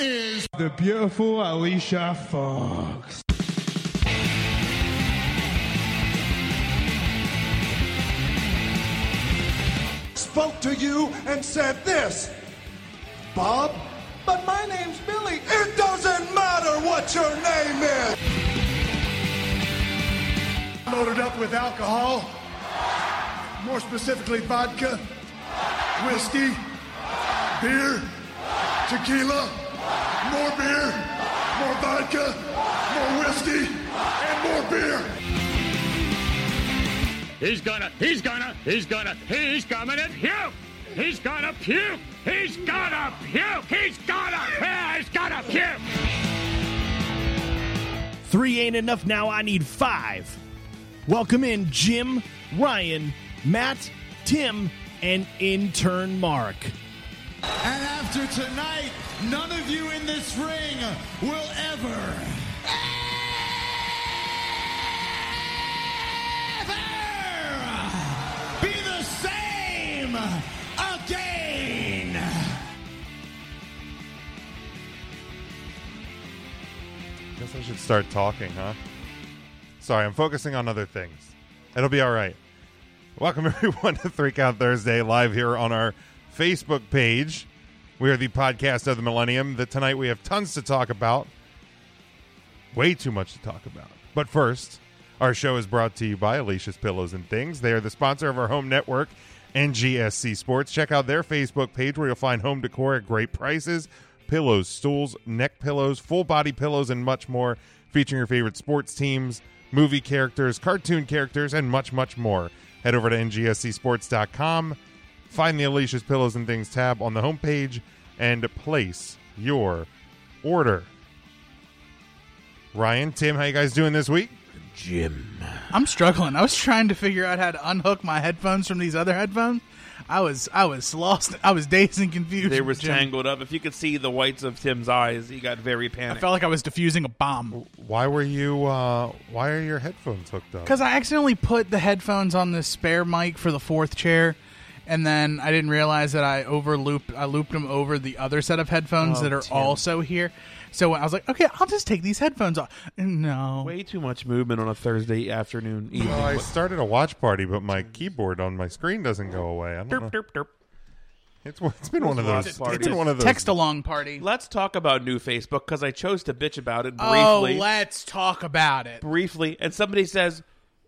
is the beautiful Alicia Fox. Spoke to you and said this, Bob, but my name's Billy. It doesn't matter what your name is. Loaded up with alcohol, more specifically vodka, whiskey, beer, tequila, more beer, more vodka, more whiskey, and more beer. He's gonna, he's gonna, he's gonna, he's coming at puke! He's gonna puke! He's gonna puke! He's gonna, yeah, he's gonna puke! Three ain't enough now. I need five. Welcome in Jim, Ryan, Matt, Tim, and intern Mark. And after tonight, none of you in this ring will ever. ever be the same again. Guess I should start talking, huh? Sorry, I'm focusing on other things. It'll be all right. Welcome, everyone, to Three Count Thursday, live here on our Facebook page. We are the podcast of the millennium. That tonight we have tons to talk about, way too much to talk about. But first, our show is brought to you by Alicia's Pillows and Things. They are the sponsor of our home network and GSC Sports. Check out their Facebook page where you'll find home decor at great prices, pillows, stools, neck pillows, full body pillows, and much more, featuring your favorite sports teams, movie characters, cartoon characters, and much, much more. Head over to ngscsports.com, find the Alicia's Pillows and Things tab on the homepage, and place your order. Ryan, Tim, how you guys doing this week? I'm struggling. I was trying to figure out how to unhook my headphones from these other headphones. I was I was lost. I was dazed and confused. They were Jim. tangled up. If you could see the whites of Tim's eyes, he got very I panicked. felt like I was diffusing a bomb Why were you? Uh, why are your headphones hooked up? because I accidentally put the headphones on the spare mic for the fourth chair, and then I didn't realize that I overlooped. I looped them over the other set of Oh, headphones that are also here. So I was like, okay, I'll just take these headphones off. No, Way too much movement on a Thursday afternoon evening. Well, Oh, I started a watch party, but my keyboard on my screen doesn't go away. I don't know. Derp, derp, derp. It's, it's been one of those. Watch It's parties. been one of those. text along party. Let's talk about new Facebook because I chose to bitch about it Oh, briefly, let's talk about it. briefly. And somebody says,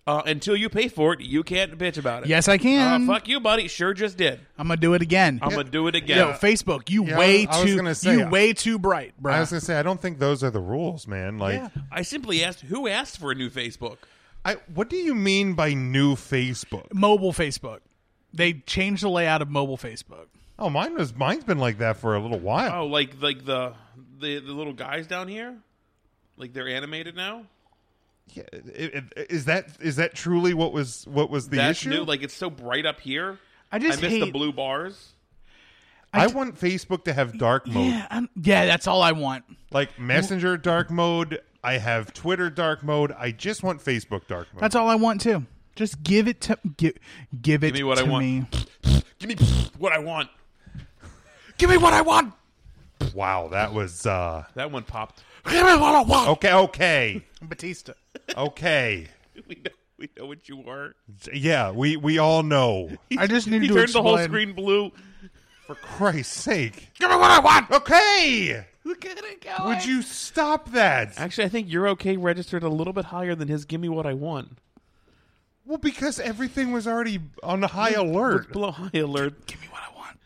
uh, "Until you pay for it, you can't bitch about it." Yes, I Uh, can. fuck you, buddy. Sure, just did. I'm gonna do it again. I'm gonna do it again. Yo, Facebook, you Yeah, I way was- I was too gonna say, you uh, way too bright, bro. I was gonna say I don't think those are the rules, man. Like, I simply asked, "Who asked for a new Facebook?" I what do you mean by new Facebook? mobile Facebook. They changed the layout of mobile Facebook. Oh, mine was mine's been like that for a little Oh, while. like like the the, the little guys down here, like they're animated now. Yeah, i- i- is that is that truly what was what was the That's issue? new. Like it's so bright up here. I just I miss the hate- blue bars. I want Facebook to have dark mode. Yeah, I'm, yeah, that's all I want. like Messenger dark mode. I have Twitter dark mode. I just want Facebook dark mode. That's all I want too. Just give it to give, give it Give me what to I want. me. Give me what I want. Give me what I want. wow, that was uh That one popped. Give me what I want. okay, okay, Batista. okay. We know, we know what you are. Yeah, we we all know. I just need He to turned explain. the whole screen blue. For Christ's sake. Give me what I want. Okay. Look at it go. Would you stop that? Actually, I think you're okay registered a little bit higher than his. Give me what I want. Well, because everything was already on high alert. Below high alert. Give me what I want.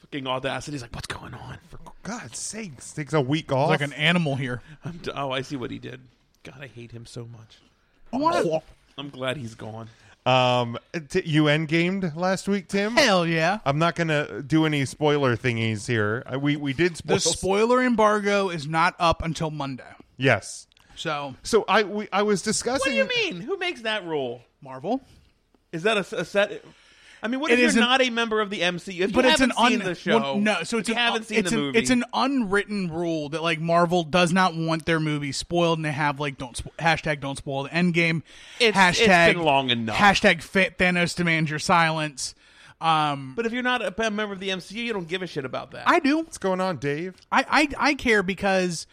Fucking audacity. He's like, what's going on? For- God's sakes, takes a week off. Like an animal here. I'm d- oh, I see what he did. God, I hate him so much. I want it. I'm glad he's gone. um, t- you end gamed last week, Tim. Hell yeah. I'm not gonna do any spoiler thingies here. I, we we did spoil. The spoiler embargo is not up until Monday. yes. So So I we, I was discussing. What do you mean? Who makes that rule? Marvel. Is that a, a set? I mean, what It if is you're an- not a member of the MCU? If but you it's an haven't un- seen the show, well, no, so it's an, if you haven't seen it's the an, movie. It's an unwritten rule that like Marvel does not want their movies spoiled, and they have like don't spo- hashtag don't spoil the Endgame. It's- it's hashtag been long enough. Hashtag fa- Thanos demands your silence. Um, But if you're not a member of the MCU, you don't give a shit about that. I do. What's going on, Dave? I, I I care because,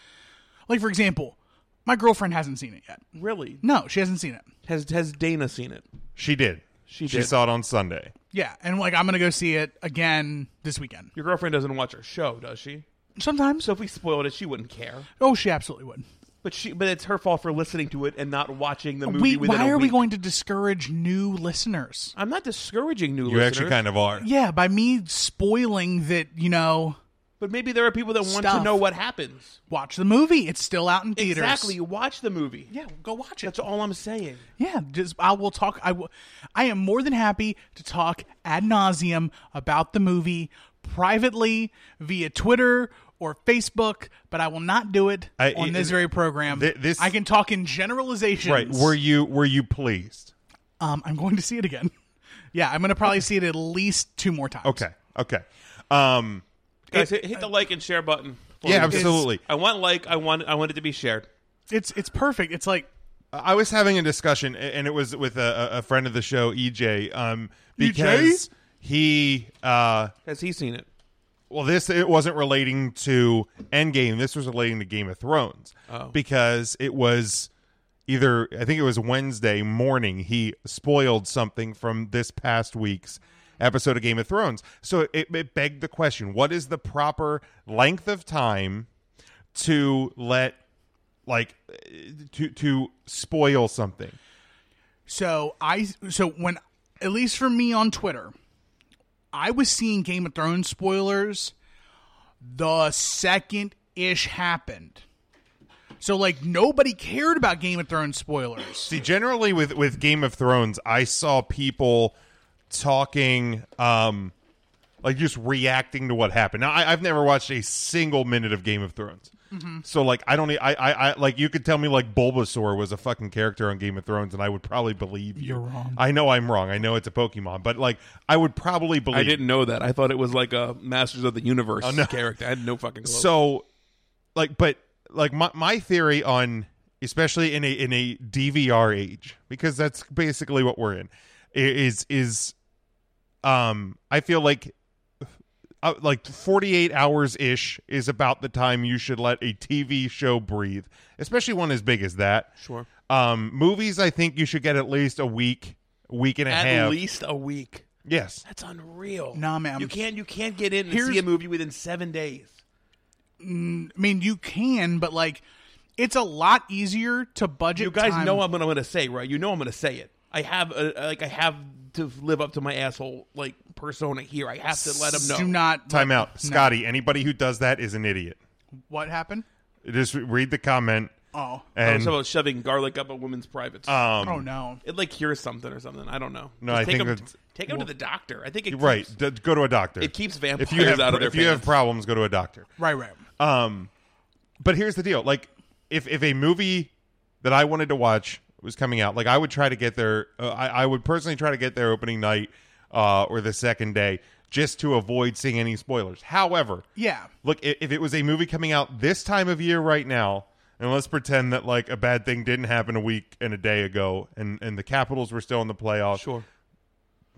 like for example, my girlfriend hasn't seen it yet. really No, she hasn't seen it. has has Dana seen it? She did. She she did. saw it on Sunday. Yeah, and like I'm gonna go see it again this weekend. Your girlfriend doesn't watch our show, does she? Sometimes. So if we spoiled it, she wouldn't care. Oh, she absolutely would. But she, but it's her fault for listening to it and not watching the movie. We, within why a are we week. going to discourage new listeners? I'm not discouraging new You listeners. actually kind of are. Yeah, by me spoiling that you know But maybe there are people that want to Stuff. know what happens. watch the movie. It's still out in theaters. Exactly. You watch the movie. Yeah, go watch it. That's all I'm saying. Yeah, just I will talk. I will. I am more than happy to talk ad nauseum about the movie privately via Twitter or Facebook, but I will not do it I- on it- this very program. thi- this- I can talk in generalizations. Right. Were you were you pleased? um, I'm going to see it again. yeah, I'm going to probably see it at least two more times. Okay. Okay. Um Guys, hit, hit the like and share button. yeah, Please. absolutely. I want like. I want. I want it to be shared. it's it's perfect. It's like I was having a discussion, a- and it was with a, a- a friend of the show, EJ, um, because he, uh, Has he seen it? well, this it wasn't relating to Endgame. This was relating to Game of Thrones because it was either I think it was Wednesday morning. He spoiled something from this past week's episode of Game of Thrones, so it, it begged the question: What is the proper length of time to let, like, eh, to to spoil something? So I so when at least for me on Twitter, I was seeing Game of Thrones spoilers the second ish happened. So like nobody cared about Game of Thrones spoilers. See, generally with with Game of Thrones, I saw people talking, um, like just reacting to what happened. Now, I, I've never watched a single minute of Game of Thrones, Mm-hmm. so like I don't, e- I, I, I, like you could tell me like Bulbasaur was a fucking character on Game of Thrones, and I would probably believe you. You're wrong. I know I'm wrong. I know it's a Pokemon, but like I would probably believe. I didn't know that. I thought it was like a Masters of the Universe character. I had no fucking clue. Oh, So, like, but like my my theory on, especially in a in a DVR age, because that's basically what we're in, i- is is, um, I feel like. Uh, like 48 hours ish is about the time you should let a TV show breathe, especially one as big as that. Sure. Um, movies, I think you should get at least a week, week and a at half. least a week. yes. That's unreal. Nah, man. You can't. You can't get in and Here's- see a movie within seven days. I mean, you can, but like it's a lot easier to budget. You guys time. know I'm gonna, I'm gonna say right. You know I'm gonna say it. I have a, like I have to live up to my asshole like persona here. I have to let them know. Do not Time like, out. Scotty, anybody who does that is an idiot. What happened? Just read the comment. Oh, I was And Um, talking about shoving garlic up a woman's privates. oh no. it like cures something or something. I don't know. No, Just I take think them, that's- take 'em to the doctor. I think it keeps, Right. D- go to a doctor. It keeps if you have, vampires out of their If you have pants. problems, go to a doctor. Right, right. But here's the deal. Like, if, if a movie that I wanted to watch was coming out, like, I would try to get there. Uh, I, I would personally try to get there opening night uh, or the second day just to avoid seeing any spoilers. However, Yeah. look, i- if it was a movie coming out this time of year right now, and let's pretend that like a bad thing didn't happen a week and a day ago, and and the Capitals were still in the playoffs. Sure.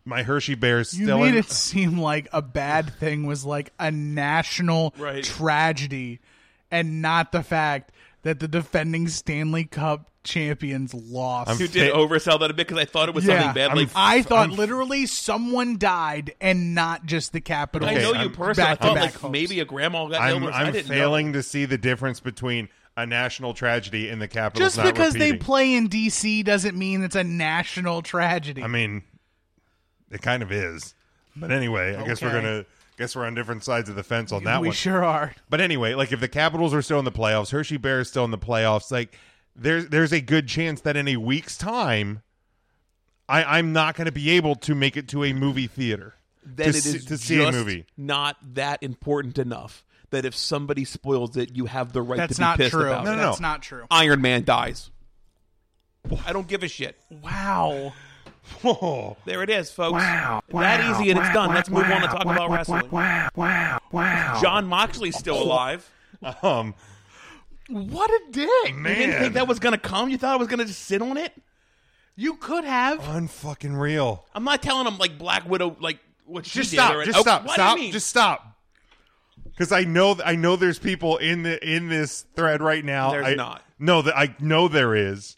My Hershey Bears You still made in, it seem like a bad thing was like a national Right. tragedy and not the fact that the defending Stanley Cup champions lost. You did oversell that a bit because I thought it was yeah, something bad. I'm- Like I thought I'm- literally someone died and not just the Capitals. I Okay, know I'm- you personally. I back to thought back like hopes. maybe a grandma got I'm ill. I I'm didn't know. failing to see the difference between a national tragedy and the Capitals. Just not because they repeating. play in DC doesn't mean it's a national tragedy. I mean, it kind of is. But anyway, I guess we're Okay. gonna guess we're on different sides of the fence on that we one. sure are. But anyway, like if the Capitals are still in the playoffs, Hershey Bear is still in the playoffs, like there's there's a good chance that in a week's time, I, I'm not going to be able to make it to a movie theater Then to, it is see, to see a just movie. Not that important enough that if somebody spoils it, you have the right That's to be not pissed true. about No, it. no, That's no. not true. Iron Man dies. I don't give a shit. Wow. There it is, folks. Wow. that easy and it's done. Let's move on to talk about wrestling. Wow. Wow. John Moxley's still alive. Um, What a dick. You didn't Man. think that was going to come? You thought I was going to just sit on it? You could have. unfucking real. I'm not telling him like Black Widow like what she Just did stop. or- Just oh, stop. what do you Stop. mean? Just stop. Because I know, th- I know, there's people in the in this thread right now. There's I, not. No, that I know there is,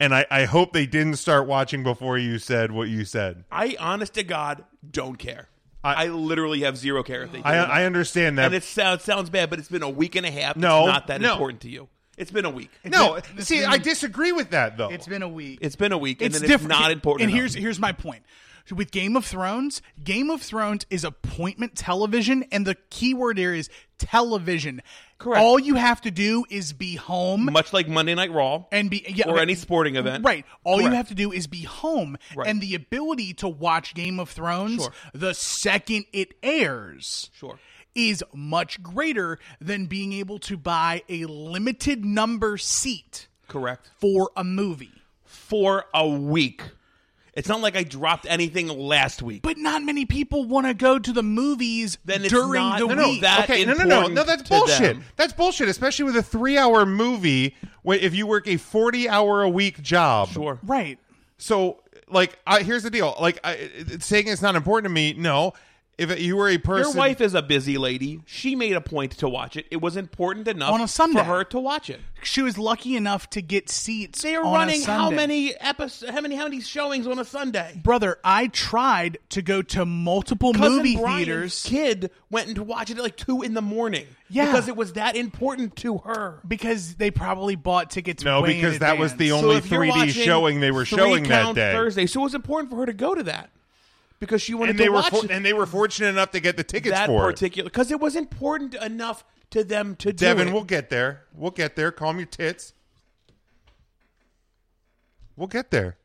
and I I hope they didn't start watching before you said what you said. I, honest to God, don't care. I- I, literally have zero care if they. do I or not. I understand that. and it sounds sounds bad, but it's been a week and a half. No, it's not that no. important to you. It's been a week. no, It's been- see, it's I been- disagree with that though. It's been a week. It's been a week, and it's then it's different. not important. And enough. here's here's my point. With Game of Thrones, Game of Thrones is appointment television, and the key word here is television. Correct. All you have to do is be home much like Monday Night Raw and be yeah, or okay. any sporting event, Right. All you Correct. have to do is be home, Right. and the ability to watch Game of Thrones Sure. the second it airs. Sure. Is much greater than being able to buy a limited number seat Correct. for a movie. For a week, it's not like I dropped anything last week. But not many people want to go to the movies Then it's during not- the No, no, week. that- okay, no, no, no, no. important That's to bullshit. them. That's bullshit, especially with a three-hour movie. When if you work a forty-hour-a-week job, sure, right. So, like, I, here's the deal. Like, I, it- it's saying it's not important to me, no. If you were a person, your wife is a busy lady. She made a point to watch it. It was important enough On a Sunday. for her to watch it. She was lucky enough to get seats. They are on a running how Sunday. many episodes? How many? How many showings on a Sunday? Brother, I tried to go to multiple Cousin movie Brian's theaters Kid went and to watch it at like two in the morning. Yeah. because it was that important to her. because they probably bought tickets. no, way in because that was the advance. only if you're 3D watching showing they were Three showing that Count day, Thursday, so it was important for her to go to that because she wanted and to they were watch for- and they were fortunate enough to get the tickets that for it. particular because it was important enough to them to do Devin, it. we'll get there. We'll get there. Calm your tits. We'll get there.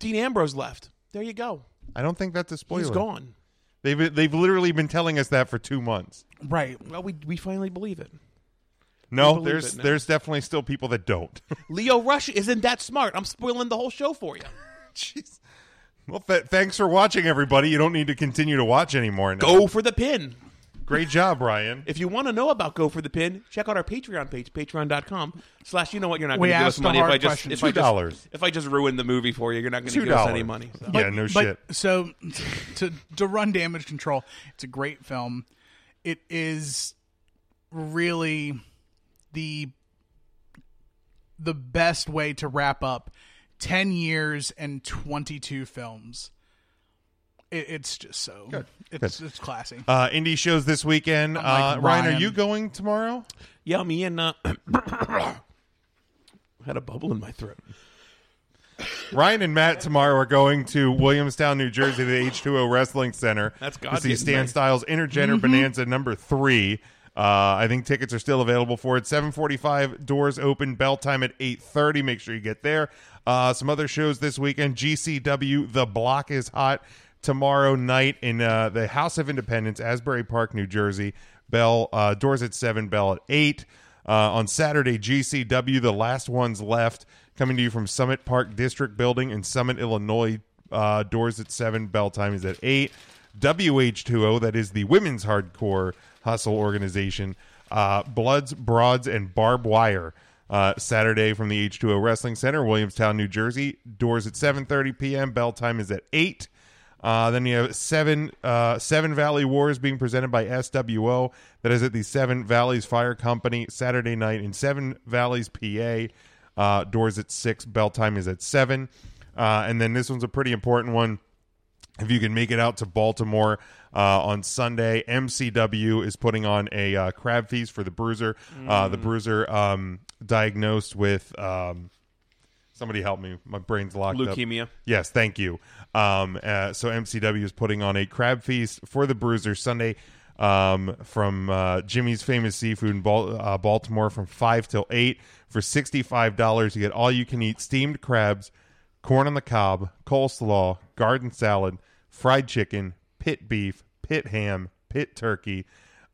Dean Ambrose left. There you go. I don't think that's a spoiler. He's gone. They've they've literally been telling us that for two months. right. Well, we we finally believe it. No, believe there's it now. there's definitely still people that don't. Leo Rush isn't that smart. I'm spoiling the whole show for you. Jeez. Well, th- thanks for watching, everybody. You don't need to continue to watch anymore. Now. Go for the pin. Great job, Ryan. If you want to know about Go for the Pin, check out our Patreon page, patreon.com slash you know what, you're not We going to give asked us the money if hard I just question. if I $2. just- if I just ruin the movie for you, you're not going to Two give us any dollars. money. so. Yeah, no but, shit. So to to run damage control, it's a great film. It is really the the best way to wrap up ten years and twenty two films. It, it's just so it's it's classy. Uh, indie shows this weekend. like uh, Ryan, are Ryan. you going tomorrow? Yeah, me and uh, had a bubble in my throat. Ryan and Matt tomorrow are going to Williamstown, New Jersey, the H2O Wrestling Center. That's to God see getting Stan nice. Styles Intergender Bonanza number three. Uh, I think tickets are still available for it. 745 doors open, bell time at 830. Make sure you get there. Uh, some other shows this weekend. GCW, The Block is Hot tomorrow night in uh, the House of Independence, Asbury Park, New Jersey. Bell uh, doors at 7, bell at 8. Uh, on Saturday, GCW, The Last Ones Left, coming to you from Summit Park District Building in Summit, Illinois. Uh, doors at 7, bell time is at 8. WH2O, oh, that is the women's hardcore hustle organization, uh, Bloods, Broads, and Barb Wire. Uh, Saturday from the H2O Wrestling Center, Williamstown, New Jersey. Doors at 7:30 p.m. Bell time is at eight. Uh, then you have seven uh, Seven Valley Wars being presented by SWO. That is at the Seven Valleys Fire Company Saturday night in Seven Valleys, PA. Uh, doors at six. Bell time is at seven. Uh, and then this one's a pretty important one if you can make it out to Baltimore uh, on Sunday, MCW is putting on a uh, crab feast for the Bruiser. Uh, the Bruiser um, diagnosed with um, somebody help me. My brain's locked up. Leukemia. Yes, thank you. Um, uh, so MCW is putting on a crab feast for the Bruiser Sunday um, from uh, Jimmy's Famous Seafood in Bal- uh, Baltimore from five till eight for sixty five dollars. You get all you can eat steamed crabs, corn on the cob, coleslaw, garden salad, fried chicken, pit beef, pit ham, pit turkey.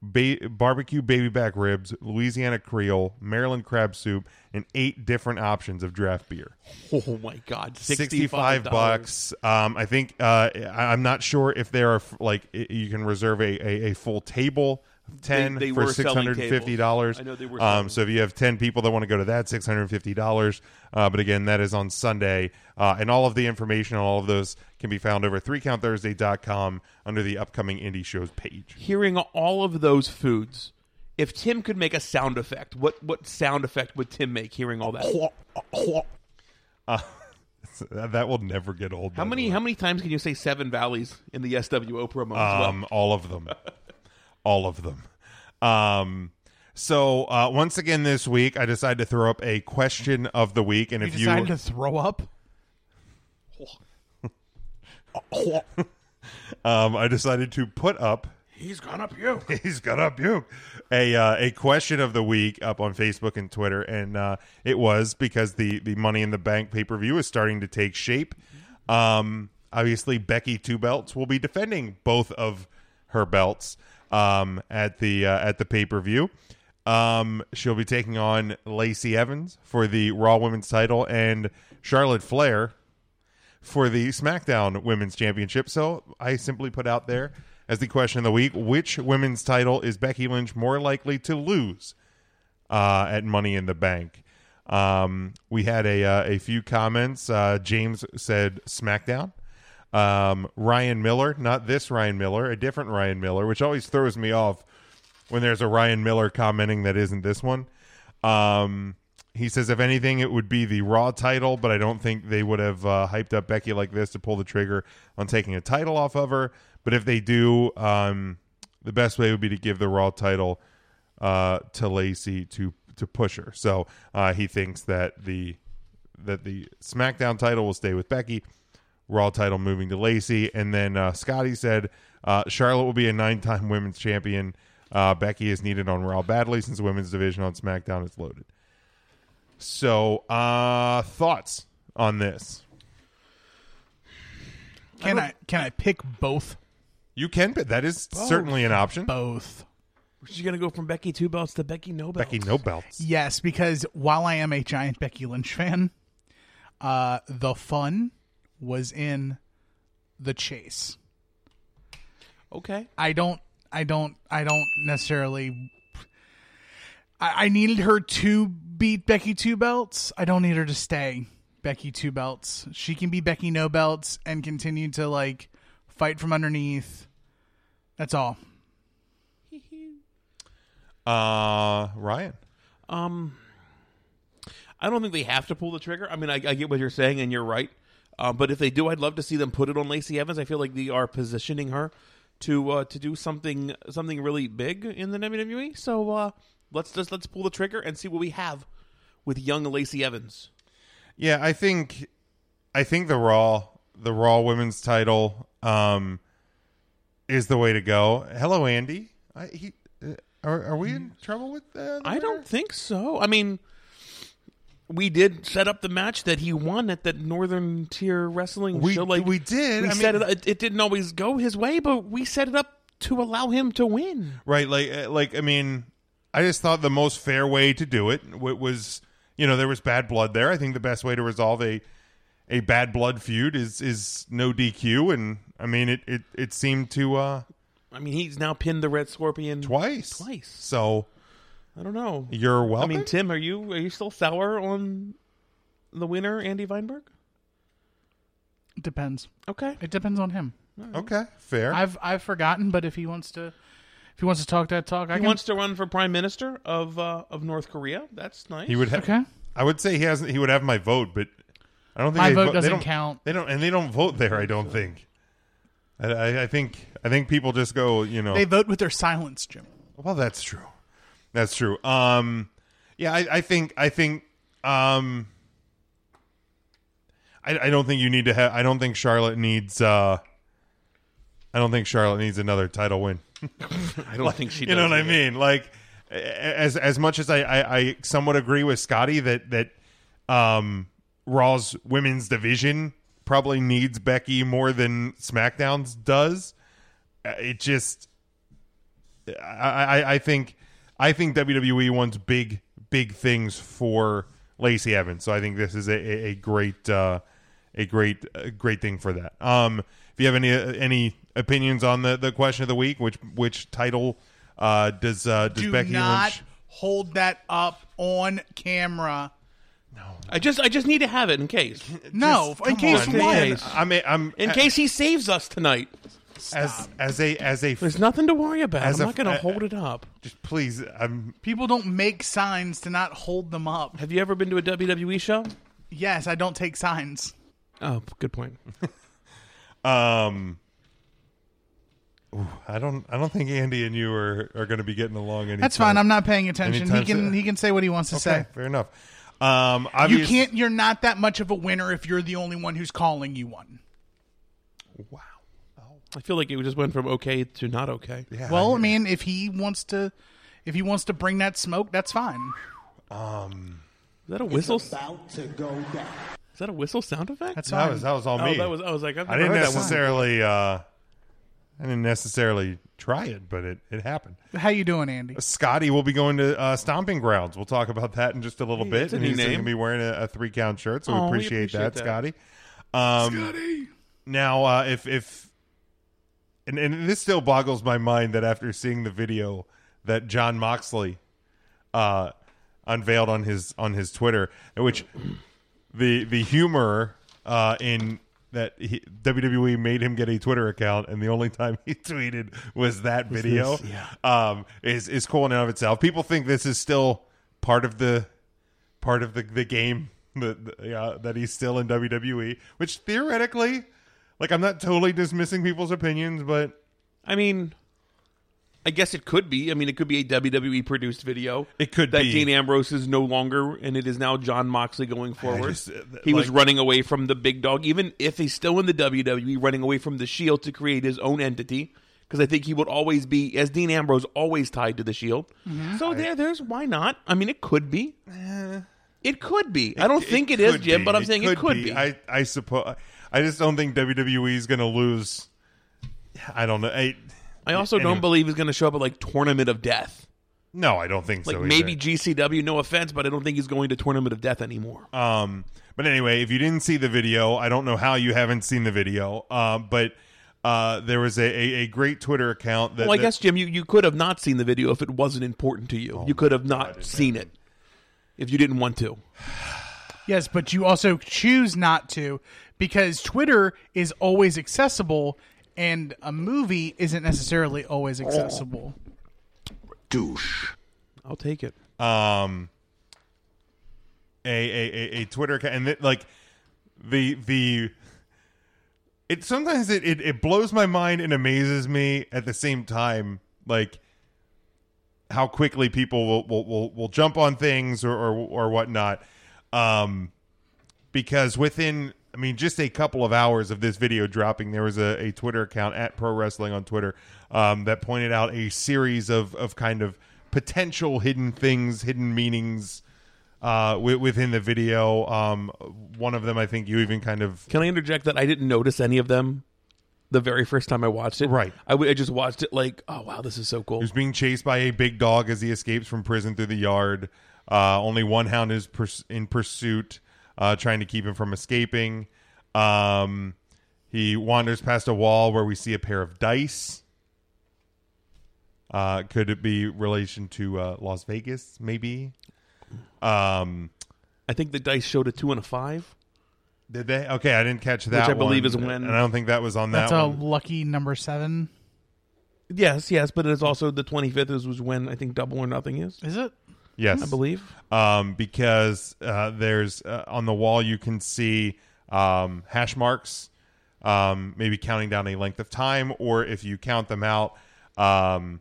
Ba- barbecue baby back ribs, Louisiana Creole, Maryland crab soup, and eight different options of draft beer. Oh my God, 65 bucks um i think uh I- i'm not sure if there are like i- you can reserve a a, a full table ten They- they for were six selling hundred fifty dollars. cables. I know they were Um, selling- so if you have ten people that want to go to that, six hundred fifty dollars. Uh, but again, that is on Sunday, uh, and all of the information on all of those can be found over threecounthursday.com under the upcoming indie shows page. Hearing all of those foods, if Tim could make a sound effect, what what sound effect would Tim make? Hearing all that, So that that will never get old. by how the many way. how many times can you say Seven Valleys in the SWO promo? as well? Um, all of them, all of them. Um, so uh, once again this week, I decided to throw up a question of the week, and You if you decided to throw up? um, I decided to put up. He's gonna puke. He's gonna puke. A uh, a question of the week up on Facebook and Twitter, and uh, it was because the the Money in the Bank pay per view is starting to take shape. Um, obviously, Becky Two Belts will be defending both of her belts um, at the uh, at the pay per view. Um, she'll be taking on Lacey Evans for the Raw Women's title and Charlotte Flair for the SmackDown Women's Championship. So I simply put out there as the question of the week which women's title is Becky Lynch more likely to lose uh, at Money in the Bank? Um, we had a, uh, a few comments. Uh, James said SmackDown. Um, Ryan Miller, not this Ryan Miller, a different Ryan Miller, which always throws me off when there's a Ryan Miller commenting that isn't this one. Um, he says, if anything, it would be the Raw title, but I don't think they would have uh, hyped up Becky like this to pull the trigger on taking a title off of her. But if they do, um, the best way would be to give the Raw title uh, to Lacey to to push her. So uh, he thinks that the that the SmackDown title will stay with Becky, Raw title moving to Lacey, and then uh, Scotty said uh, Charlotte will be a nine-time women's champion. Uh, Becky is needed on Raw badly since the women's division on SmackDown is loaded. So uh, thoughts on this? Can I can I pick both? You can, but that is certainly an option. Both. She's gonna go from Becky Two Belts to Becky No Belts. Becky, no belts. Yes, because while I am a giant Becky Lynch fan, uh, the fun was in the chase. Okay. I don't I don't I don't necessarily I, I needed her to beat Becky Two Belts. I don't need her to stay Becky Two Belts. She can be Becky No Belts and continue to like fight from underneath. That's all. Uh, Ryan. Um, I don't think they have to pull the trigger. I mean, I, I get what you're saying, and you're right. Uh, but if they do, I'd love to see them put it on Lacey Evans. I feel like they are positioning her to uh, to do something something really big in the WWE. So uh, let's just let's pull the trigger and see what we have with young Lacey Evans. Yeah, I think I think the Raw the Raw women's title um is the way to go. Hello Andy. I he uh, are, are we in trouble with uh, the Mm. I don't matter? think so. I mean, we did set up the match that he won at that Northern Tier Wrestling We- show. Like we did. We I set mean- it, it. It didn't always go his way, but we set it up to allow him to win. Right, like uh, like I mean, I just thought the most fair way to do it w- was you know, there was bad blood there. I think the best way to resolve a a bad blood feud is is no DQ and I mean it it, it seemed to uh I mean, he's now pinned the Red Scorpion twice. Twice. So I don't know. you're I welcome. mean, Tim, are you are you still sour on the winner, Andy Weinberg? It depends. Okay. It depends on him. okay, fair. I've I've forgotten, but if he wants to if he wants to talk that talk, I He can wants to run for prime minister of uh, of North Korea. That's nice. He would have. Okay. I would say he hasn't. He would have my vote, but I don't think My they vote vo- they doesn't don't- count. They don't, and they don't vote there. I don't think. I, I, I think. I think people just go. You know. They vote with their silence, Jim. well, that's true. That's true. Um, yeah, I, I think. I think. Um, I, I don't think you need to have. I don't think Charlotte needs. Uh, I don't think Charlotte needs another title win. I don't think she. you know does what I either. mean? Like, a- as as much as I, I, I somewhat agree with Scotty that that um, Raw's women's division probably needs Becky more than SmackDown's does. uh, It just, I, I, I think, I think WWE wants big, big things for Lacey Evans. So I think this is a, a, a great, uh, a great, a great thing for uh, that. Um, if you have any any opinions on the the question of the week, which which title Uh, does uh, does Do Becky not Lynch? hold that up on camera. I just I just need to have it in case. No, in case on, what? man. I mean, I'm In case he saves us tonight. as as a as a There's nothing to worry about. As I'm a- not going uh, to hold it up. just please. I'm People don't make signs to not hold them up. Have you ever been to a WWE show? Yes, I don't take signs. Oh, good point. um. ooh, I don't. I don't think Andy and you are, are going to be getting along. Anytime. That's fine. I'm not paying attention. He Anytime can soon. he can say what he wants to Okay, say. fair enough. Um, You obvious- can't. You're not that much of a winner if you're the only one who's calling you one. Wow. Oh. I feel like it just went from okay to not okay. Yeah, Well, I mean, if he wants to, if he wants to bring that smoke, that's fine. Is that a whistle? Is About to go down. that a whistle sound effect? That's that fine. was that was all oh, me. that was. I was like, I've I never didn't heard that one. necessarily. Uh, I didn't necessarily try it, but it it happened. How you doing, Andy? Scotty will be going to uh, Stomping Grounds. We'll talk about that in just a little bit. a And new he's going to name. be wearing a, a three count shirt, so Aw, we Oh, we appreciate, that, appreciate that. Scotty. Um, Scotty. Now, uh, if if and, and this still boggles my mind that after seeing the video that John Moxley uh, unveiled on his on his Twitter, which the the humor uh, in that he, WWE made him get a Twitter account, and the only time he tweeted was that video. um, is is cool in and of itself. People think this is still part of the part of the the game that uh, that he's still in WWE, which theoretically, like I'm not totally dismissing people's opinions, but I mean, I guess it could be. I mean, it could be a WWE produced video. It could that be. Dean Ambrose is no longer, and it is now John Moxley going forward. just, uh, th- he was like- running away from the big dog, even if he's still in the WWE, running away from the Shield to create his own entity. Because I think he would always be, as Dean Ambrose, always tied to the Shield. Mm-hmm. So there, there's why not? I mean, it could be. Eh. it could be. I don't think it is, could Jim, be. but I'm saying it could be. I I suppose I just don't think WWE is going to lose. I don't know. I, I also anyway. don't believe he's going to show up at like Tournament of Death. no, I don't think like so. maybe either. GCW. No offense, but I don't think he's going to Tournament of Death anymore. Um, but anyway, if you didn't see the video, I don't know how you haven't seen the video. Uh, but uh, there was a, a, a great Twitter account that well, I that- guess Jim, you, you could have not seen the video if it wasn't important to you. you could have not seen it if you didn't want to. Yes, but you also choose not to because Twitter is always accessible, and a movie isn't necessarily always accessible. I'll take it. um a a a, a Twitter account and it, like the the it sometimes it, it it blows my mind and amazes me at the same time like how quickly people will will will, will jump on things or, or or whatnot um because within I mean, just a couple of hours of this video dropping, there was a, a Twitter account at Pro Wrestling on Twitter um, that pointed out a series of, of kind of potential hidden things, hidden meanings uh, wi- within the video. Um, one of them, I think you even kind of Can I interject that I didn't notice any of them the very first time I watched it? Right. I, w- I just watched it like, oh wow, this is so cool. who's being chased by a big dog as he escapes from prison through the yard. Uh, only one hound is pers- in pursuit, uh, trying to keep him from escaping. Um, he wanders past a wall where we see a pair of dice. Uh, could it be relation to uh, Las Vegas? Maybe. Um, I think the dice showed a two and a five. did they? Okay, I didn't catch that. I believe one, is when- and I don't think that was on that. That's a one. lucky number seven. Yes, yes, but it's also the twenty fifth is was when I think Double or Nothing is. Is it? Yes, I believe. um, because uh, there's uh, on the wall you can see um, hash marks, um, maybe counting down a length of time, or if you count them out, um,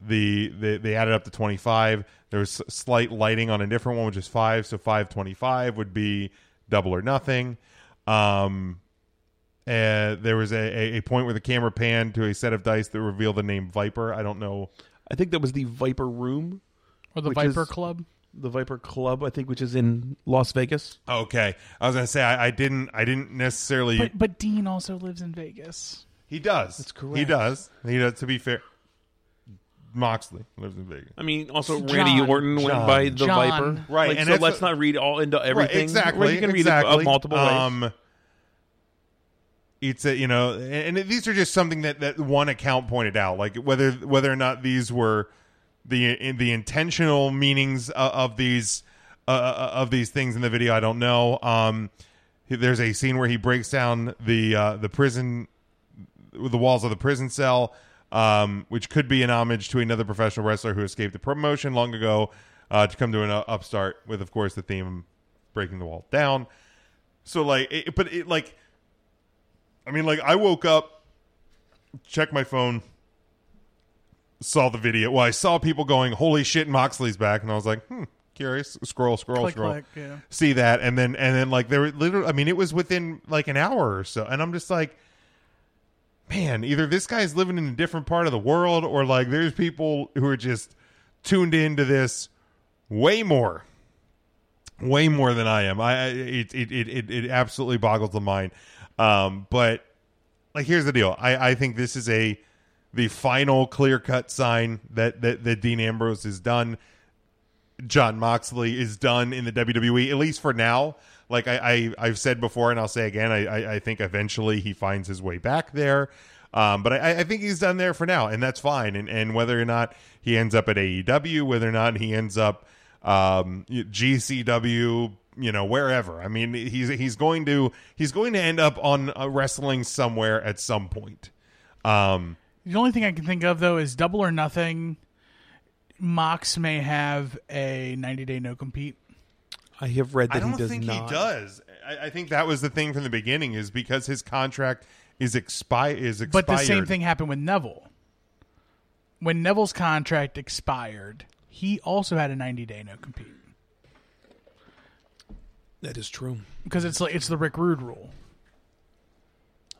the, the they added up to 25. There's slight lighting on a different one, which is five, so 525 would be double or nothing. Um, uh, there was a, a, a point where the camera panned to a set of dice that revealed the name Viper. I don't know. I think that was the Viper Room. Or the Which Viper is- Club? the Viper Club, I think, which is in Las Vegas. Okay, I was gonna say I, I didn't. I didn't necessarily. But, but Dean also lives in Vegas. he does. That's correct. He does. He does. To be fair, Moxley lives in Vegas. I mean, also John. Randy Orton John. went by the John. Viper, Right, Like, and so that's let's what- not read all into everything. Right, exactly. Um, Right, you can read it, uh, exactly. multiple ways. Um, eats it you know and, and these are just something that that one account pointed out like whether whether or not these were the in, the intentional meanings of, of these uh, uh, of these things in the video i don't know um there's a scene where he breaks down the uh the prison the walls of the prison cell, um, which could be an homage to another professional wrestler who escaped the promotion long ago uh, to come to an u- upstart with, of course, the theme breaking the wall down. So, like, it, but it, like, I mean, like, I woke up, checked my phone, saw the video. Well, I saw people going, "Holy shit, Moxley's back!" and I was like, "Hmm." Curious, scroll, scroll, Click, scroll. click, yeah. See that, and then and then like there were literally. I mean, it was within like an hour or so, and I'm just like, man, either this guy's living in a different part of the world or like there's people who are just tuned into this way more. Way more than I am. I I- it it it it, it absolutely boggles the mind. Um, but like here's the deal. I I think this is a the final clear cut sign that, that that Dean Ambrose is done. John Moxley is done in the WWE, at least for now. Like I, I I've said before, and I'll say again, I, I, I think eventually he finds his way back there. Um, but I, I think he's done there for now, and that's fine. And and whether or not he ends up at AEW, whether or not he ends up um, GCW, you know, wherever. I mean, he's he's going to he's going to end up on uh, wrestling somewhere at some point. Um, The only thing I can think of though is double or nothing. Mox may have a 90 day no compete. I have read that I don't he does think not. he does. I, I think that was the thing from the beginning is because his contract is expi- is expired. But the same thing happened with Neville. When Neville's contract expired, he also had a 90 day no compete That is true. because it's like it's the Rick Rude rule.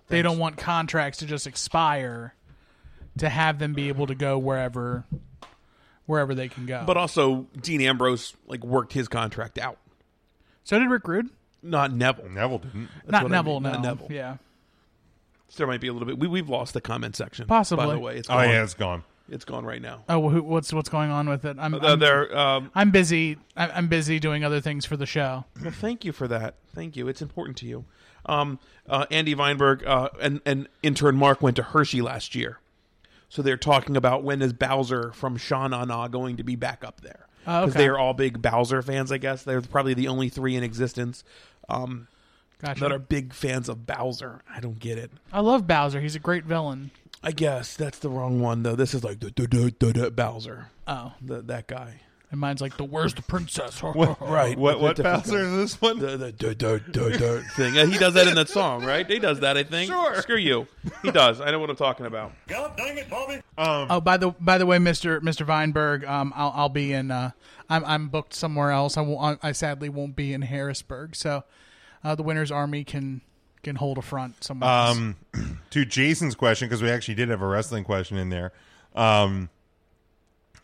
They don't want contracts to just expire to have them be able to go wherever wherever they can go. But also, Dean Ambrose like worked his contract out. so did Rick Rude. Not Neville. Neville didn't. Not what I Neville, mean, no. not Neville. Yeah. So there might be a little bit. We we've lost the comment section. Possibly. By the way, it's Oh gone. yeah, it's gone. it's gone right now. Oh, who, what's what's going on with it? I'm, Uh, I'm- there. Um, I'm busy. I- I'm busy doing other things for the show. well, thank you for that. Thank you. It's important to you. Um, uh, Andy Weinberg uh, and and intern Mark went to Hershey last year, so they're talking about when is Bowser from Shawn on Ah going to be back up there Oh, okay. they are all big Bowser fans. I guess they're probably the only three in existence um, Gotcha. that are big fans of Bowser. I don't get it. I love Bowser. He's a great villain. I guess that's the wrong one though. This is like the the- the- the- the Bowser. Oh, The, that guy. and mine's like the where's the princess? Right. What what The different Bowser guy. is this one? The, the dirt, dirt, dirt, dirt thing. Uh, he does that in that song, right? He does that, I think. Sure. Screw you. He does. I know what I'm talking about. Oh, by the by the way, Mister Mister Weinberg, um, I'll I'll be in. Uh, I'm I'm booked somewhere else. I won't, I sadly won't be in Harrisburg. So, uh, the Winner's Army can can hold a front somewhere. else. Um, to Jason's question because we actually did have a wrestling question in there. Um,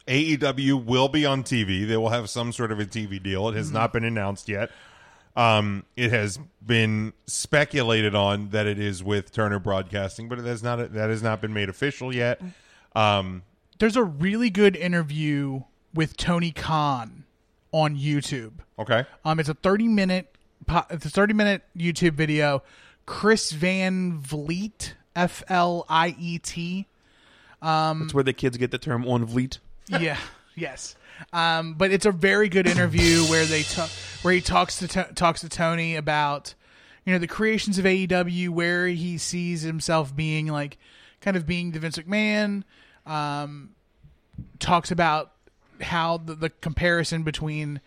AEW will be on TV. They will have some sort of a TV deal. It has Mm-hmm. not been announced yet. Um, it has been speculated on that it is with Turner Broadcasting, but it has not that has not been made official yet. Mm. Um, There's a really good interview with Tony Khan on YouTube. okay. Um, it's a thirty minute, po- it's a thirty minute YouTube video. Chris Van Vliet, F L I E T. That's where the kids get the term on vliet. Yeah, yes. Um, but it's a very good interview where they ta- where he talks to, to talks to Tony about you know the creations of AEW, where he sees himself being like kind of being the Vince McMahon. Um, talks about how the, the comparison between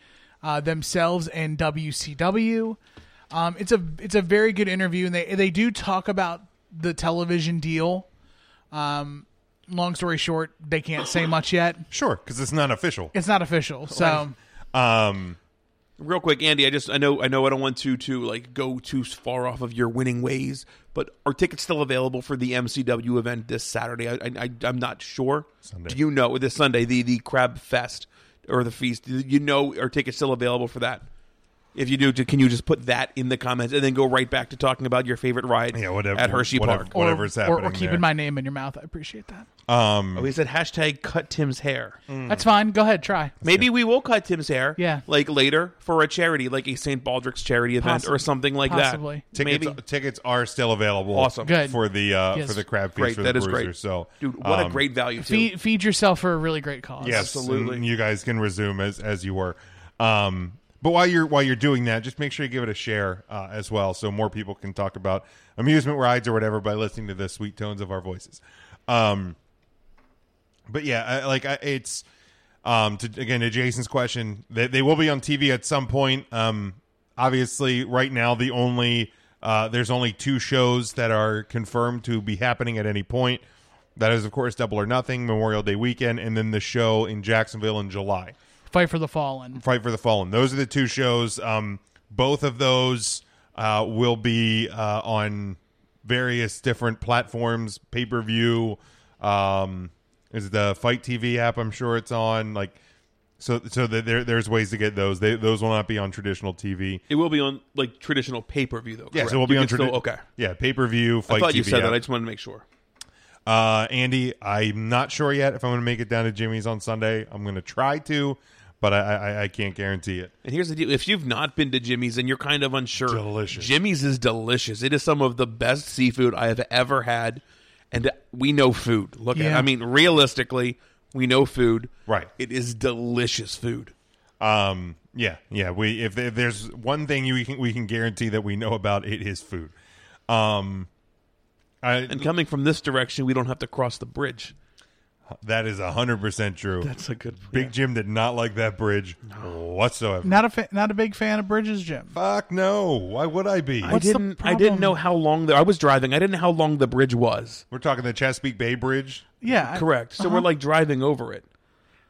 uh, themselves and WCW. Um, it's a it's a very good interview, and they they do talk about the television deal. Um, long story short, they can't say much yet. Sure, because it's not official. It's not official, so Um, Real quick, Andy, I just I know I know I don't want to to like go too far off of your winning ways, but are tickets still available for the MCW event this Saturday? I, I, I I'm not sure. Sunday. Do you know this Sunday the the Crab Fest or the feast? Do you know are tickets still available for that? If you do, ju- can you just put that in the comments and then go right back to talking about your favorite ride Yeah, whatever- at Hershey whatever- Park? whatever's or, or- happening Or, keeping there. my name in your mouth. I appreciate that. Um, Or we Oh, said hashtag cut Tim's hair. Mm. That's fine. Go ahead. Try. Maybe we will cut Tim's hair. Yeah. Like later for a charity, like a St. Baldrick's charity event Possibly. or something like Possibly. that. tickets Maybe. tickets are still available. Awesome. Good. for the uh, Yes. for the crab feast Great. for That the is bruiser. great. So, Dude, what a um, great value, too. Feed, feed yourself for a really great cause. Yes, Absolutely. and You guys can resume as as you were. Um, but while you're while you're doing that, just make sure you give it a share uh, as well, so more people can talk about amusement rides or whatever by listening to the sweet tones of our voices. Um, but yeah, I, like I, it's um, to, again to Jason's question, they, they will be on TV at some point. Um, obviously, right now the only uh, there's only two shows that are confirmed to be happening at any point. That is, of course, Double or Nothing, Memorial Day weekend, and then the show in Jacksonville in July. Fight for the fallen. Fight for the Fallen. Those are the two shows. Um, both of those uh, will be uh, on various different platforms, pay per view. Um, is the Fight TV app? I'm sure it's on. Like, so so that there there's ways to get those. They, those will not be on traditional TV. It will be on like traditional pay per view though. Yeah, correct? so we'll be You on can traditional. still- Okay. yeah, pay per view. I Fight thought you TV said app. that. I just wanted to make sure. Uh, Andy, I'm not sure yet if I'm going to make it down to Jimmy's on Sunday. I'm going to try to, but I, I, I can't guarantee it. And here's the deal: if you've not been to Jimmy's and you're kind of unsure, Delicious. Jimmy's is delicious. It is some of the best seafood I have ever had, and we know food. Look, at, Yeah. I mean, realistically, we know food. Right. It is delicious food. Um, yeah, yeah. We if, if there's one thing you we can we can guarantee that we know about, it is food. Um, I, And coming from this direction, we don't have to cross the bridge. that is hundred percent true. That's a good. Big Jim did not like that bridge whatsoever. Not a fa- not a big fan of Bridges Jim. Fuck no! Why would I be? I What's the didn't. I didn't problem? know how long. The, I was driving. I didn't know how long the bridge was. We're talking the Chesapeake Bay Bridge. Yeah. I- Correct. So we're like driving over it,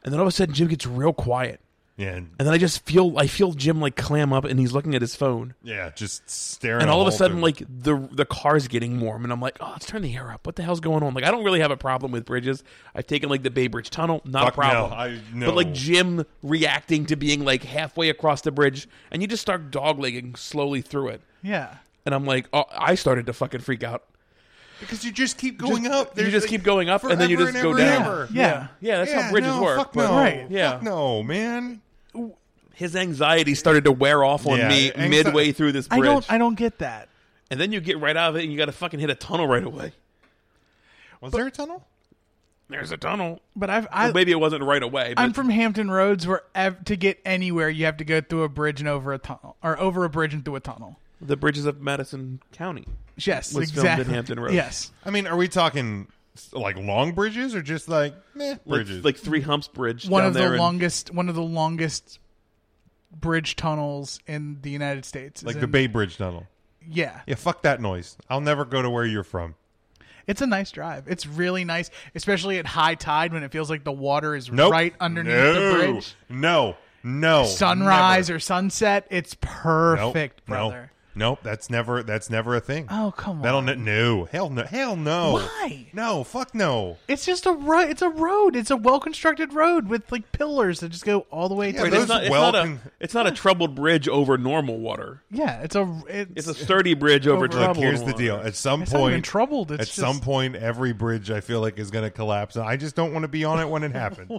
and then all of a sudden, Jim gets real quiet. Yeah, and, And then I just feel I feel Jim like clam up, and he's looking at his phone. yeah. Just staring. and all of a hole sudden, through- like the the car's getting warm, and I'm like, oh, let's turn the air up. What the hell's going on? Like, I don't really have a problem with bridges. I've taken like the Bay Bridge Tunnel, not Fuck a problem. no, I- no. But like Jim reacting to being like halfway across the bridge, and you just start doglegging slowly through it, Yeah. and I'm like, oh, I started to fucking freak out. because you just keep going Just- up. you There's just like keep going up, and then you forever just go ever down. and ever. Yeah. Yeah, that's Yeah, how bridges no, work. Fuck but- no. Right. Yeah. Fuck no, man. His anxiety started to wear off on Yeah, me anxi- midway through this I bridge, don't I don't get that. and then you get right out of it, and you got to fucking hit a tunnel right away. Was there a tunnel? There's a tunnel. But I've I, Well, maybe it wasn't right away. But I'm from Hampton Roads, where ev- to get anywhere you have to go through a bridge and over a tunnel, or over a bridge and through a tunnel. the bridges of Madison County. Yes, Was filmed in exactly. Hampton Roads. Yes, I mean, are we talking like long bridges or just like meh Like, bridges? like Three Humps Bridge. one down of the there in- longest, one of the longest bridge tunnels in the United States. is Like the in- Bay Bridge tunnel. Yeah, Yeah, fuck that noise. I'll never go to where you're from. it's a nice drive. It's really nice, especially at high tide when it feels like the water is Nope. right underneath No. the bridge. No, no. Sunrise never. or sunset, it's Nope. perfect, brother. No, nope. That's never. That's never a thing. Oh, come That'll on. ne- no. Hell no. Hell no. Why? No. Fuck no. It's just a road. It's a road. It's a well constructed road with like pillars that just go all the way. Yeah, to Right, those it's, not, it's, well not a, con- it's not a troubled bridge over normal water. Yeah, it's a it's, It's a sturdy bridge over, Look, troubled Look, here's the water. deal. At some It's not even point, troubled, it's at just- some point, every bridge I feel like is going to collapse, and I just don't want to be on it when it happens.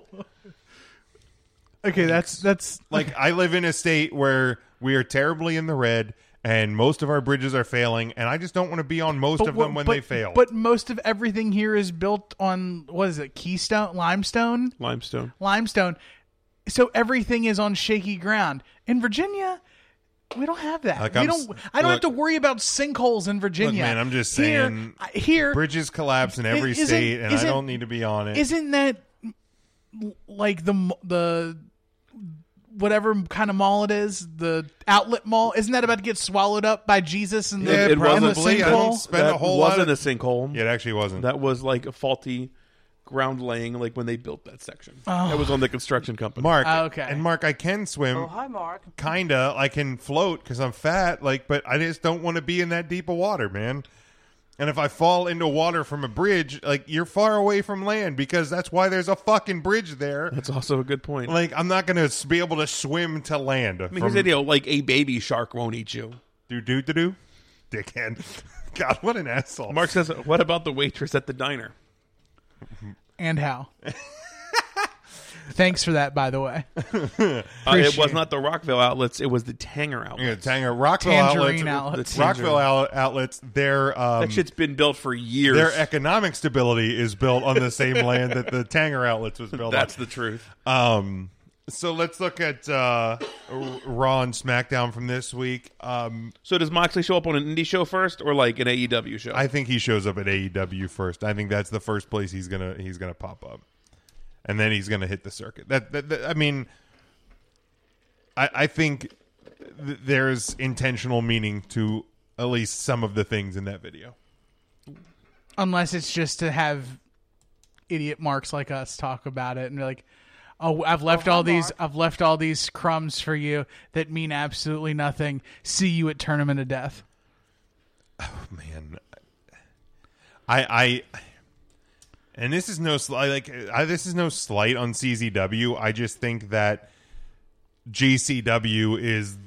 okay. That's that's like I live in a state where we are terribly in the red and most of our bridges are failing and I just don't want to be on most of what- them when but- they fail. But most of everything here is built on what is it? Keystone, limestone, Limestone. limestone. So everything is on shaky ground. In Virginia, we don't have that. Like, we I'm don't. s- I don't look- have to worry about sinkholes in Virginia. man, I'm just Here- saying, I- Here, bridges collapse in every Isn't- state and I isn't- don't need to be on it. isn't that l- like the m- the whatever kind of mall it is, the outlet mall? Isn't that about to get swallowed up by Jesus and the, Yeah, and the probably. I don't sinkhole? Spend that a whole lot wasn't of- a sinkhole. yeah, it actually wasn't. That was like a faulty ground laying, like when they built that section. That was on the construction company. Mark, Oh, okay. and Mark, I can swim. Oh, hi, Mark. Kinda, I can float because I'm fat. Like, but I just don't want to be in that deep of water, man. And if I fall into water from a bridge, like you're far away from land because that's why there's a fucking bridge there. That's also a good point. Like I'm not gonna s- be able to swim to land. I mean, here's the deal: like a baby shark won't eat you. do do do do, dickhead. God, what an asshole. Mark says, "What about the waitress at the diner?" and how. Thanks for that, by the way. Uh, it Appreciate was not the Rockville outlets; it was the Tanger outlets. Yeah, Tanger Rockville outlets. Tangerine outlets. Tanger. Rockville out- outlets. Their um, That shit's been built for years. their economic stability is built on the same land that the Tanger outlets was built. That's on. the truth. Um, so let's look at uh, R- Raw and SmackDown from this week. Um, So does Moxley show up on an indie show first, or like an AEW show? I think he shows up at AEW first. I think that's the first place he's gonna he's gonna pop up, and then he's gonna hit the circuit. That, that, that- I mean, I, I think th- there's intentional meaning to at least some of the things in that video. Unless it's just to have idiot marks like us talk about it and be like, "Oh, I've left all these I've left all these crumbs for you that mean absolutely nothing. See you at Tournament of Death." man i i and this is no slight like I, this is no slight on czw i just think that gcw is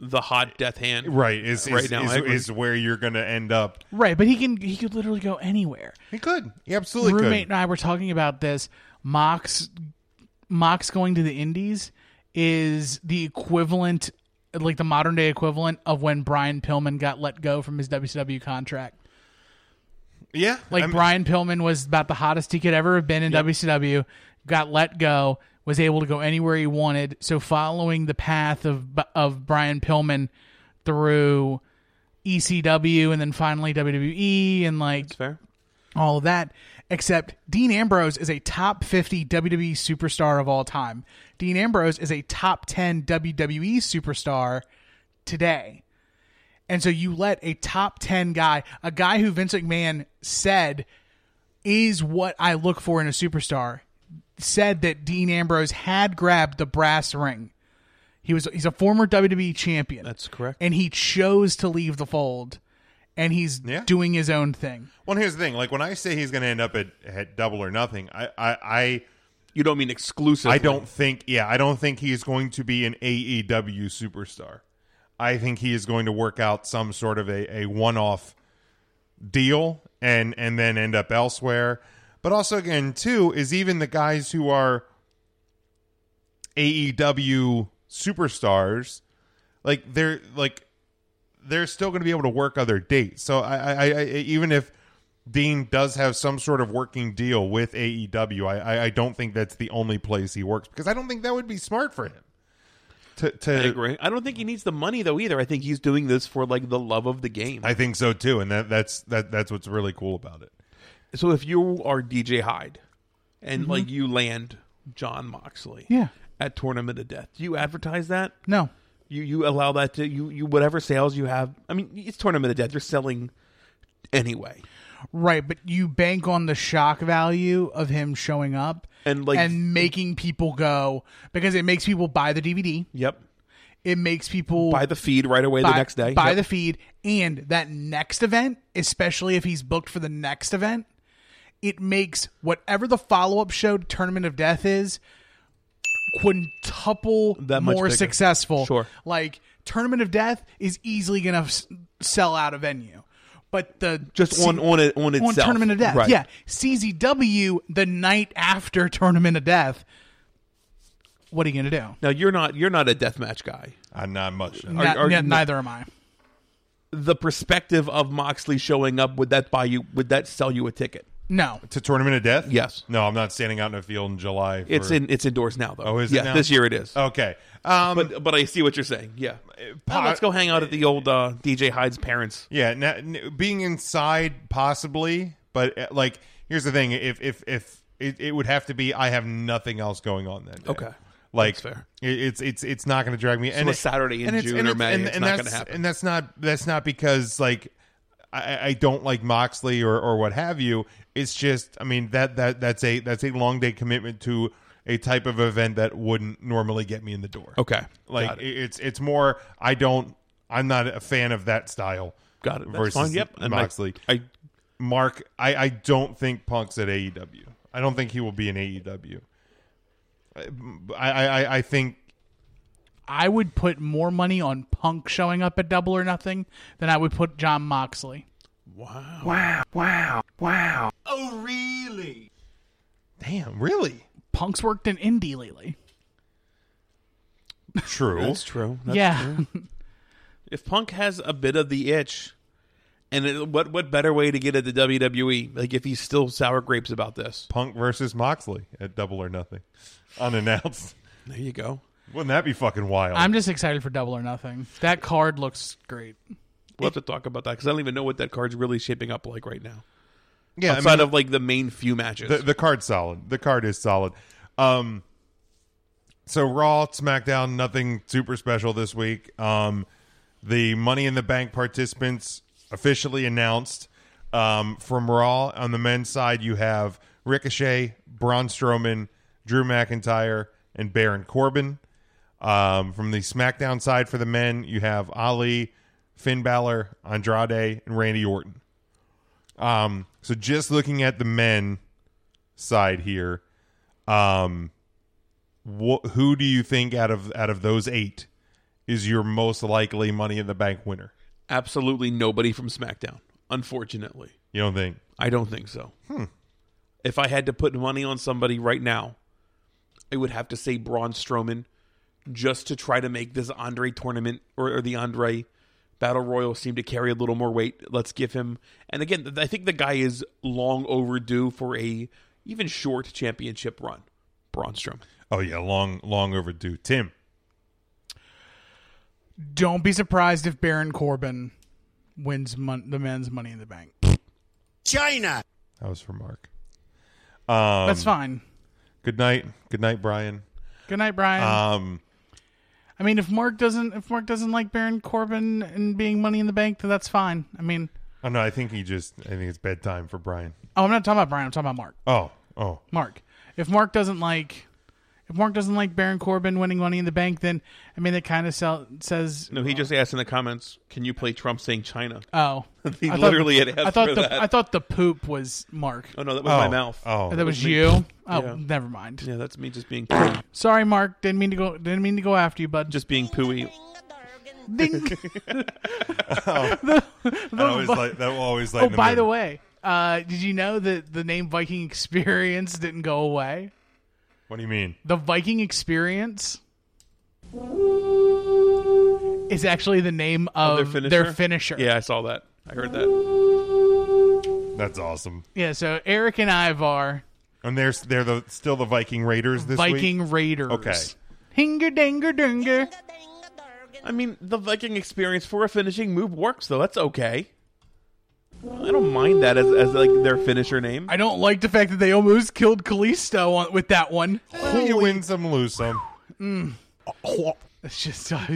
the hot death hand. right is is, Right now, I is, agree. is where you're gonna end up Right, but he can he could literally go anywhere. he could he absolutely roommate could and I were talking about this. Mox Mox going to the Indies is the equivalent like the modern day equivalent of when Brian Pillman got let go from his WCW contract. yeah Like I mean, Brian Pillman was about the hottest he could ever have been in WCW, got let go, was able to go anywhere he wanted. So following the path of of Brian Pillman through ECW and then finally WWE and like That's fair. all of that, except Dean Ambrose is a top 50 WWE E superstar of all time. Dean Ambrose is a top 10 WWE E superstar today. And so you let a top 10 guy, a guy who Vince McMahon said is what I look for in a superstar, said that Dean Ambrose had grabbed the brass ring. He was he's a former WWE champion. That's correct. And he chose to leave the fold and he's Yeah. doing his own thing. well here's the thing like when i say he's gonna end up at, at double or nothing i i i You don't mean exclusive. I don't think, yeah, I don't think he is going to be an AEW superstar. I think he is going to work out some sort of a, a one off deal and and then end up elsewhere. But also again, too, is even the guys who are AEW superstars, like they're like they're still going to be able to work other dates. So I, I, I, I even if Dean does have some sort of working deal with AEW, I, I, I don't think that's the only place he works because I don't think that would be smart for him. To, to I agree. I don't think he needs the money though either. I think he's doing this for like the love of the game. I think so too, and that that's that that's what's really cool about it. so if you are DJ Hyde, and like Mm-hmm. you land John Moxley, Yeah. at Tournament of Death, do you advertise that? No. You you allow that to you you whatever sales you have. I mean, it's Tournament of Death. You're selling anyway. Right, but you bank on the shock value of him showing up And, like- and making people go because it makes people buy the DVD. Yep. It makes people Buy the feed right away the buy- next day. buy Yep. the feed and that next event, especially if he's booked for the next event, it makes whatever the follow-up show to Tournament of Death is quintuple That much more bigger. successful. Sure. Like Tournament of Death is easily going to s- sell out a venue. But the just on on it on on itself. Tournament of Death. Right. Yeah, CZW the night after Tournament of Death. What are you going to do? Now you're not you're not a deathmatch guy. I'm not much. Ni- are ni- you- neither am I. The perspective of Moxley showing up would that buy you would that sell you a ticket? No, to tournament of death? Yes. No, I'm not standing out in a field in July. For, It's in it's indoors now though. Oh, is it yeah, now? this year it is. Okay. Um, But but I see what you're saying. Yeah. po- Well, let's go hang out at the old uh, DJ Hyde's parents. Yeah, na n- being inside possibly, but uh, like here's the thing: if if if it, it would have to be, I have nothing else going on then. Okay. like That's fair. it- it's it's it's not going to drag me. a Saturday in June or May, it's not gonna that's- happen. And that's not that's not because like I, I don't like Moxley or or what have you. It's just I mean that that that's a that's a long day commitment to a type of event that wouldn't normally get me in the door Okay. like Got it. it. it's it's more i don't i'm not a fan of that style got it. That's Versus fine. Yep. And I- Moxley. I, Mark, I, I don't think Punk's at AEW. I don't think he will be in AEW. I I, I, I think I would put more money on Punk showing up at Double or Nothing than I would put John Moxley. damn, really? Punk's worked in indie lately. True. that's true. That's yeah, if Punk has a bit of the itch, and it, what what better way to get at the WWE? Like if he's still sour grapes about this. Punk versus Moxley at double or nothing. Unannounced. There you go. Wouldn't that be fucking wild? I'm just excited for Double or Nothing. That card looks great. We'll have to talk about that because I don't even know what that card's really shaping up like right now. yeah, I Outside mean- of like the main few matches, The, the card's solid. The card is solid. Um, so Raw, SmackDown, nothing super special this week. Um, the Money in the Bank participants officially announced. Um, from Raw on the men's side, you have Ricochet, Braun Strowman, Drew McIntyre, and Baron Corbin. Um, from the SmackDown side for the men, you have Ali, Finn Balor, Andrade, and Randy Orton. Um, so just looking at the men side here, um, wh- who do you think out of out of those eight is your most likely Money in the Bank winner? absolutely nobody from SmackDown. Unfortunately, You don't think? I don't think so. If I had to put money on somebody right now, I would have to say Braun Strowman, just to try to make this Andre tournament or, or the Andre Battle Royal seem to carry a little more weight. Let's give him. And again, th- I think the guy is long overdue for a even short championship run. Braun Strowman. Oh yeah, long long overdue. Tim, Don't be surprised if Baron Corbin wins mon- the men's Money in the Bank. that was for Mark. That's Um, fine. Good night, good night, Brian. Good night, Brian. Um, I mean, if Mark doesn't if Mark doesn't like Baron Corbin and being Money in the Bank, then that's fine. I mean, oh no, I think he just. I think it's bedtime for Brian. oh, I'm not talking about Brian. I'm talking about Mark. Oh, oh, Mark. If Mark doesn't like if Mark doesn't like Baron Corbin winning Money in the Bank, then I mean that kind of sell, says No, he just asked in the comments, "Can you play Trump saying China?" oh. He I thought- literally had asked I thought for the that. I thought the poop was Mark. oh no, that was oh, my mouth. Oh, that was me. you. Oh, Yeah. never mind. Yeah, that's me just being Sorry, Mark. Didn't mean to go. Didn't mean to go after you, bud. just being pooey. ding. that always like that will always like. oh, by the way, uh, did you know that the name Viking Experience didn't go away? what do you mean? The Viking Experience is actually the name of, Their finisher. finisher. Yeah, I saw that. I heard that. That's awesome. Yeah, So Eric and Ivar, And they're they're the still the Viking Raiders this week. Viking Raiders. Okay. Hinger dinger dinger. I mean, the Viking experience for a finishing move works, though. That's okay. I don't mind that as, as like their finisher name. I don't like the fact that they almost killed Callisto on, with that one. You win some, lose some. It's just yeah,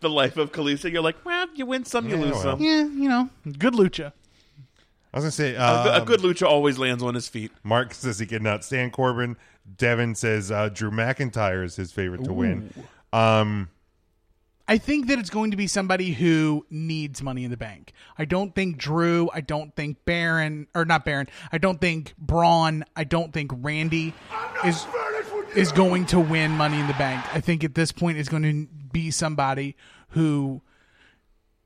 the life of Kalisa, you're like, well, you win some, you Yeah, lose well. some. you know, good lucha. I was gonna say A good- uh, Um, a good lucha always lands on his feet. Mark says he cannot stand Corbin. Devin says uh, Drew McIntyre is his favorite to win. Um, I think that it's going to be somebody who needs money in the bank. I don't think Drew. I don't think Baron or not Baron. I don't think Braun. I don't think Randy is is going to win money in the bank. I think at this point it's going to be somebody who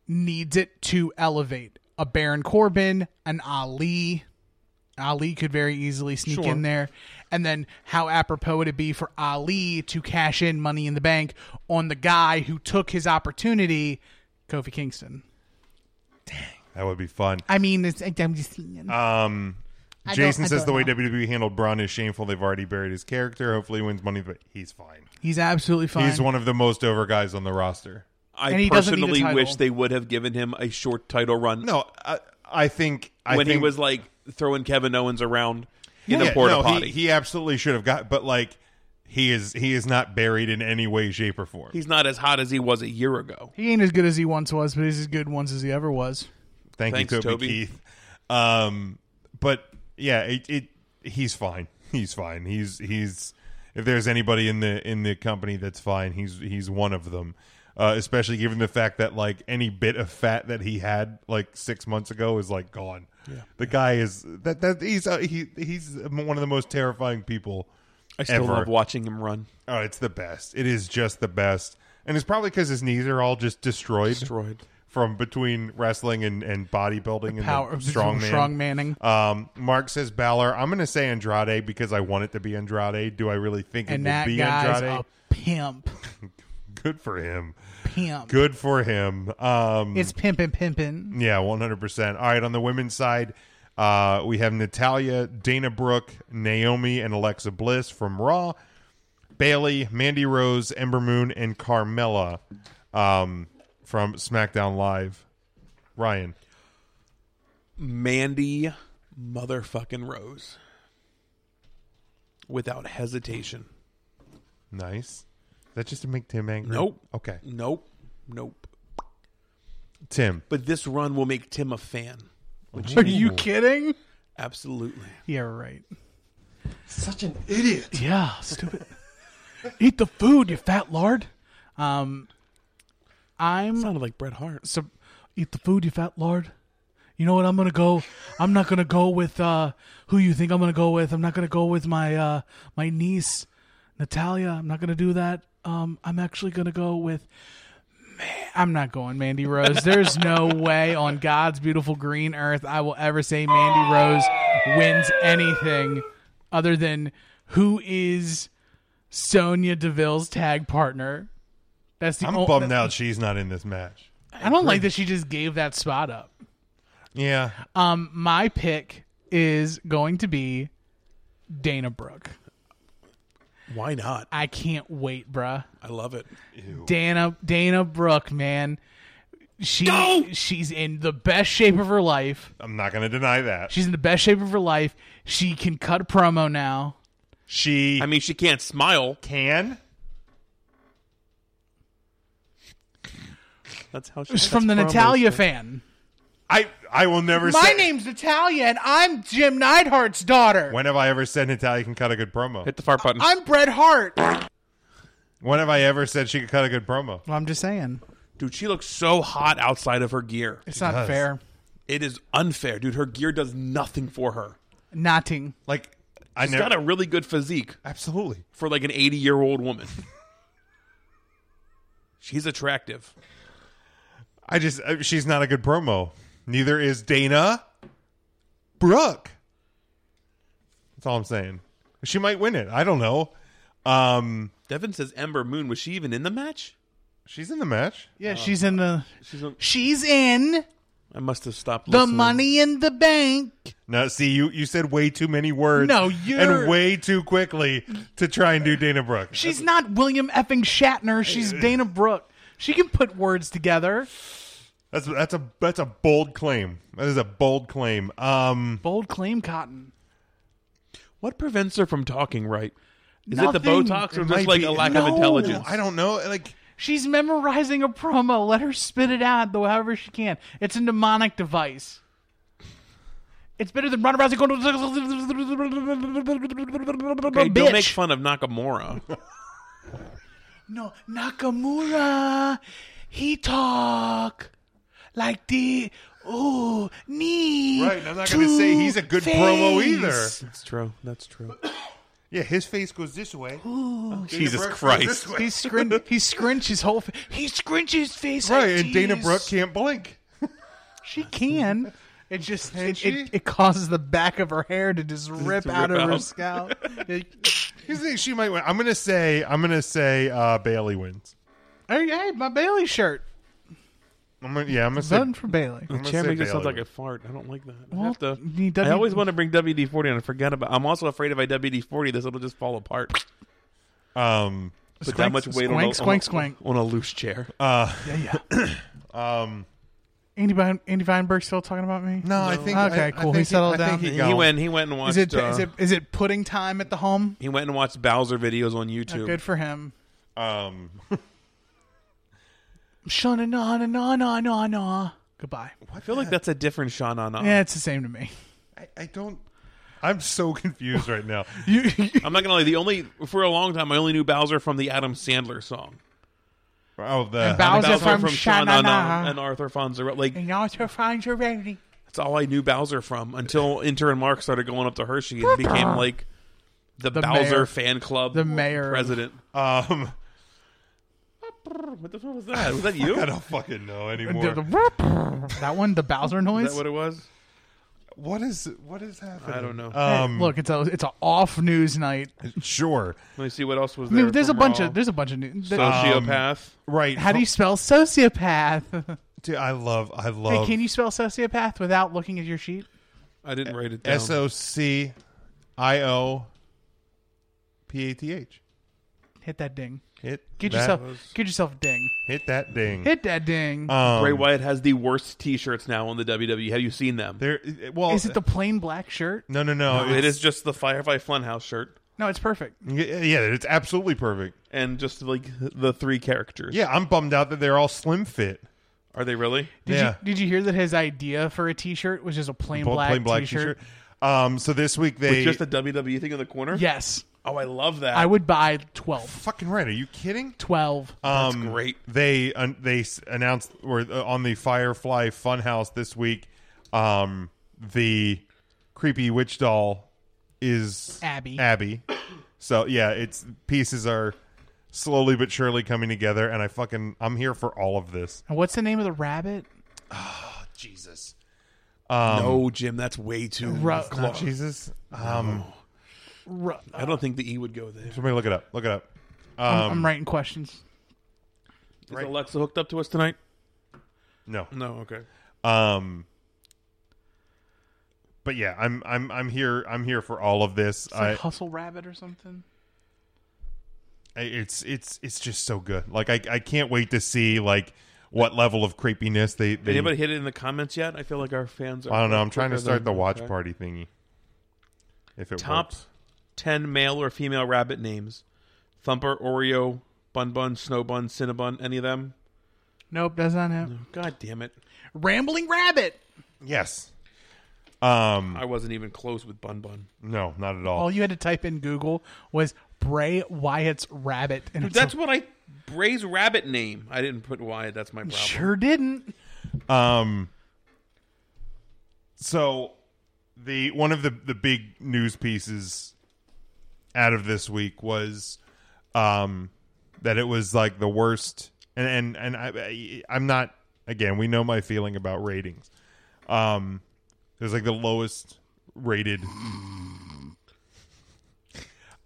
needs it to elevate a Baron Corbin, an Ali. Ali could very easily sneak in there. And then how apropos would it be for Ali to cash in money in the bank on the guy who took his opportunity, Kofi Kingston? that would be fun. I mean, it's, I'm just saying. Uh, Jason I says don't the way WWE handled Braun is shameful. They've already buried his character. Hopefully, he wins money, but he's fine. he's absolutely fine. He's one of the most over guys on the roster. I And he doesn't need a personally wish title. they would have given him a short title run No, I, I think I when think, he was like throwing Kevin Owens around in Yeah, a porta no, he- potty. He, absolutely should have got, but like he is he is not buried in any way, shape, or form. He's not as hot as he was a year ago. he ain't as good as he once was, but he's as good once as he ever was. Thank Thanks, you, Toby, Toby. Keith. Um, but yeah, it, it he's fine. He's fine. He's he's if there's anybody in the in the company that's fine, he's he's one of them. uh, especially given the fact that like any bit of fat that he had like six months ago is like gone. Yeah. The guy is that that he's uh, he he's one of the most terrifying people. I still ever. love watching him run. Oh, it's the best. It is just the best, and it's probably because his knees are all just destroyed, Destroyed. from between wrestling and and bodybuilding and Power the strongman. strong manning. Um, Mark says Balor. I'm going to say Andrade because I want it to be Andrade. Do I really think it and will that be guy's Andrade? a pimp. Good for him. Pimp. Good for him. Um, It's pimpin' pimpin'. yeah, 100%. All right, on the women's side, uh, we have Natalia, Dana Brooke, Naomi, and Alexa Bliss from Raw, Bailey, Mandy Rose, Ember Moon, and Carmella um, from SmackDown Live. Ryan. Mandy motherfucking Rose. Without hesitation. Nice. Is that just to make Tim angry? Nope. Okay. Nope. Nope. Tim. But this run will make Tim a fan. Are you kidding? Absolutely. Yeah, right. Such an idiot. Yeah, stupid. Eat the food, you fat lard. Um, I'm Sounded like Bret Hart. Hmm. so eat the food, you fat lard. You know what? I'm gonna go. I'm not gonna go with uh, who you think I'm gonna go with. I'm not gonna go with my uh, my niece, Natalia. I'm not gonna do that. Um, I'm actually gonna go with. Man, I'm not going Mandy Rose. There's no way on God's beautiful green earth I will ever say Mandy Rose wins anything other than who is Sonia Deville's tag partner. That's the I'm Oh. only, bummed out she's not in this match. I don't like that she just gave that spot up. Yeah. Um, my pick is going to be Dana Brooke. Why not? I can't wait, bruh. I love it. Dana Dana Brooke, man. She she's in the best shape of her life. I'm not going to deny that. She's in the best shape of her life. She can cut a promo now. She I mean, she can't smile. can. That's how she. She's from the Natalia fan. I I will never My say name's Natalia and I'm Jim Neidhart's daughter. When have I ever said Natalia can cut a good promo? Hit the fart button. I'm Bret Hart. When have I ever said she could cut a good promo? I'm just saying. Dude, she looks so hot outside of her gear. It's not does. fair. It is unfair, dude. Her gear does nothing for her. Nothing. Like I She's never got a really good physique absolutely. for like an 80 year old woman. She's attractive. I just uh, she's not a good promo. Neither is Dana Brooke. That's all I'm saying. She might win it. I don't know. Um, Devin says Ember Moon. Was she even in the match? she's in the match. Yeah, she's in the She's. On, She's in I must have stopped. the listening. money in the bank. No, see you you said way too many words. No, you're- and way too quickly to try and do Dana Brooke. She's not William effing Shatner. She's Dana Brooke. She can put words together. That's that's a that's a bold claim. That is a bold claim. Um, Bold claim, Cotton. What prevents her from talking right? Is it the Nothing. Botox or It just might like be- a lack No, of intelligence? I don't know. Like She's memorizing a promo. Let her spit it out, though, however she can. It's a mnemonic device. It's better than running around and going. Okay, Okay, don't make fun of Nakamura. No, Nakamura, he talk like the oh knee. Right, and I'm not gonna say he's a good promo either. face. That's true. That's true. yeah, his face goes this way. Jesus Christ. He scrin- he scrunch his whole fa- he scrunch his face Right, like and Dana this. Brooke can't blink. she can. It just it, she? it, it causes the back of her hair to just rip rip out of her out. scalp. It- Here's the thing, she might win. I'm gonna say I'm gonna say uh, Bailey wins. hey, hey, my Bailey shirt. I'm gonna, yeah, I'm gonna say. Done for Bailey. I'm gonna Chair say maker sounds Bailey like a wins. fart. I don't like that. I, Well, have to, you I W- always want to bring WD forty and I forget about. I'm also afraid if I WD forty, this it'll just fall apart. um. Put that much weight on, a, squank, on a- squank, on a loose chair. Uh, Andy, Vine, Andy Weinberg's still talking about me. No, I think Okay, I- I cool. think He settled I think down. he he gone. went. He went and watched. Is it, uh, is it is it pudding time at the home? he went and watched Bowser videos on YouTube. Good for him. Um. Shana na na na na na na. Goodbye. I feel like that's a different Sha Na Na. Yeah, it's the same to me. I, I don't. I'm so confused right now. You, I'm not gonna lie. The only for a long time, I only knew Bowser from the Adam Sandler song. Oh, the And Bowser Bowser from from Shanana Shanana. and Arthur Fonzarelli. Like And now to find your Rarity. that's all I knew Bowser from until Inter and Mark started going up to Hershey and became like the, The Bowser mayor. fan club, The mayor. president. um, What the fuck was that? Was that you? I Is don't fucking know anymore. That one, the Bowser that noise. what it was? What is what is happening? I don't know. Uh, Um, Look, it's a it's a off news night. sure, Let me see what else was I there. mean, there's a from bunch Raw. of there's a bunch of um, news. sociopath. right? How do you spell sociopath? Dude, I love, I hey, love. can you spell sociopath without looking at your sheet? I didn't write it down. S O C I O P A T H? Hit that ding. Hit Get that- yourself get yourself a ding. Hit that ding. Hit that ding. Um, Bray Wyatt has the worst T-shirts now on the WWE. Have you seen them? There. Well, Is it the plain black shirt? no, no, no. It is just the Firefly Funhouse shirt No, it's perfect. Yeah, it's absolutely perfect. and just like the three characters. Yeah, I'm bummed out that they're all slim fit. are they really? Did yeah. you did you hear that his idea for a T-shirt was just a plain Bo- black, plain black t-shirt? Um, so this week they With just a WWE thing in the corner. Yes, Oh, I love that. I would buy 12. fucking right. Are you kidding? 12. That's Um, great. They uh, they s- announced or uh, on the Firefly Funhouse this week, um, the creepy witch doll is Abby. Abby. So yeah, it's pieces are slowly but surely coming together, and I fucking I'm here for all of this. and what's the name of the rabbit? Jesus, Um, no, Jim, that's way too Ru- close. Jesus. Um, Ru- I don't think the E would go there. somebody look it up. Look it up. I'm, Um, I'm writing questions. Is Alexa hooked up to us tonight? No. No. Okay. Um, but yeah, I'm I'm I'm here I'm here for all of this. It's like I, Hustle Rabbit or something. I- it's it's it's just so good. Like I I can't wait to see like what level of creepiness they they. Anybody hit it in the comments yet? I feel like our fans. are I don't know. I'm trying to quicker start than- the watch okay. party thingy. If it Top works. ten male or female rabbit names: Thumper, Oreo, Bun Bun, Snow Bun, Cinnabun. Any of them? Nope, that's not it. God damn it! Rambling Rabbit. yes. Um. I wasn't even close with Bun Bun. No, not at all. All you had to type in Google was Bray Wyatt's rabbit, and it's That's what I Bray's rabbit name. I didn't put Wyatt. That's my problem. sure didn't. Um. So, the one of the the big news pieces out of this week was, um, that it was like the worst, and and and I, I I'm not again. We know my feeling about ratings. Um, it was like the lowest rated.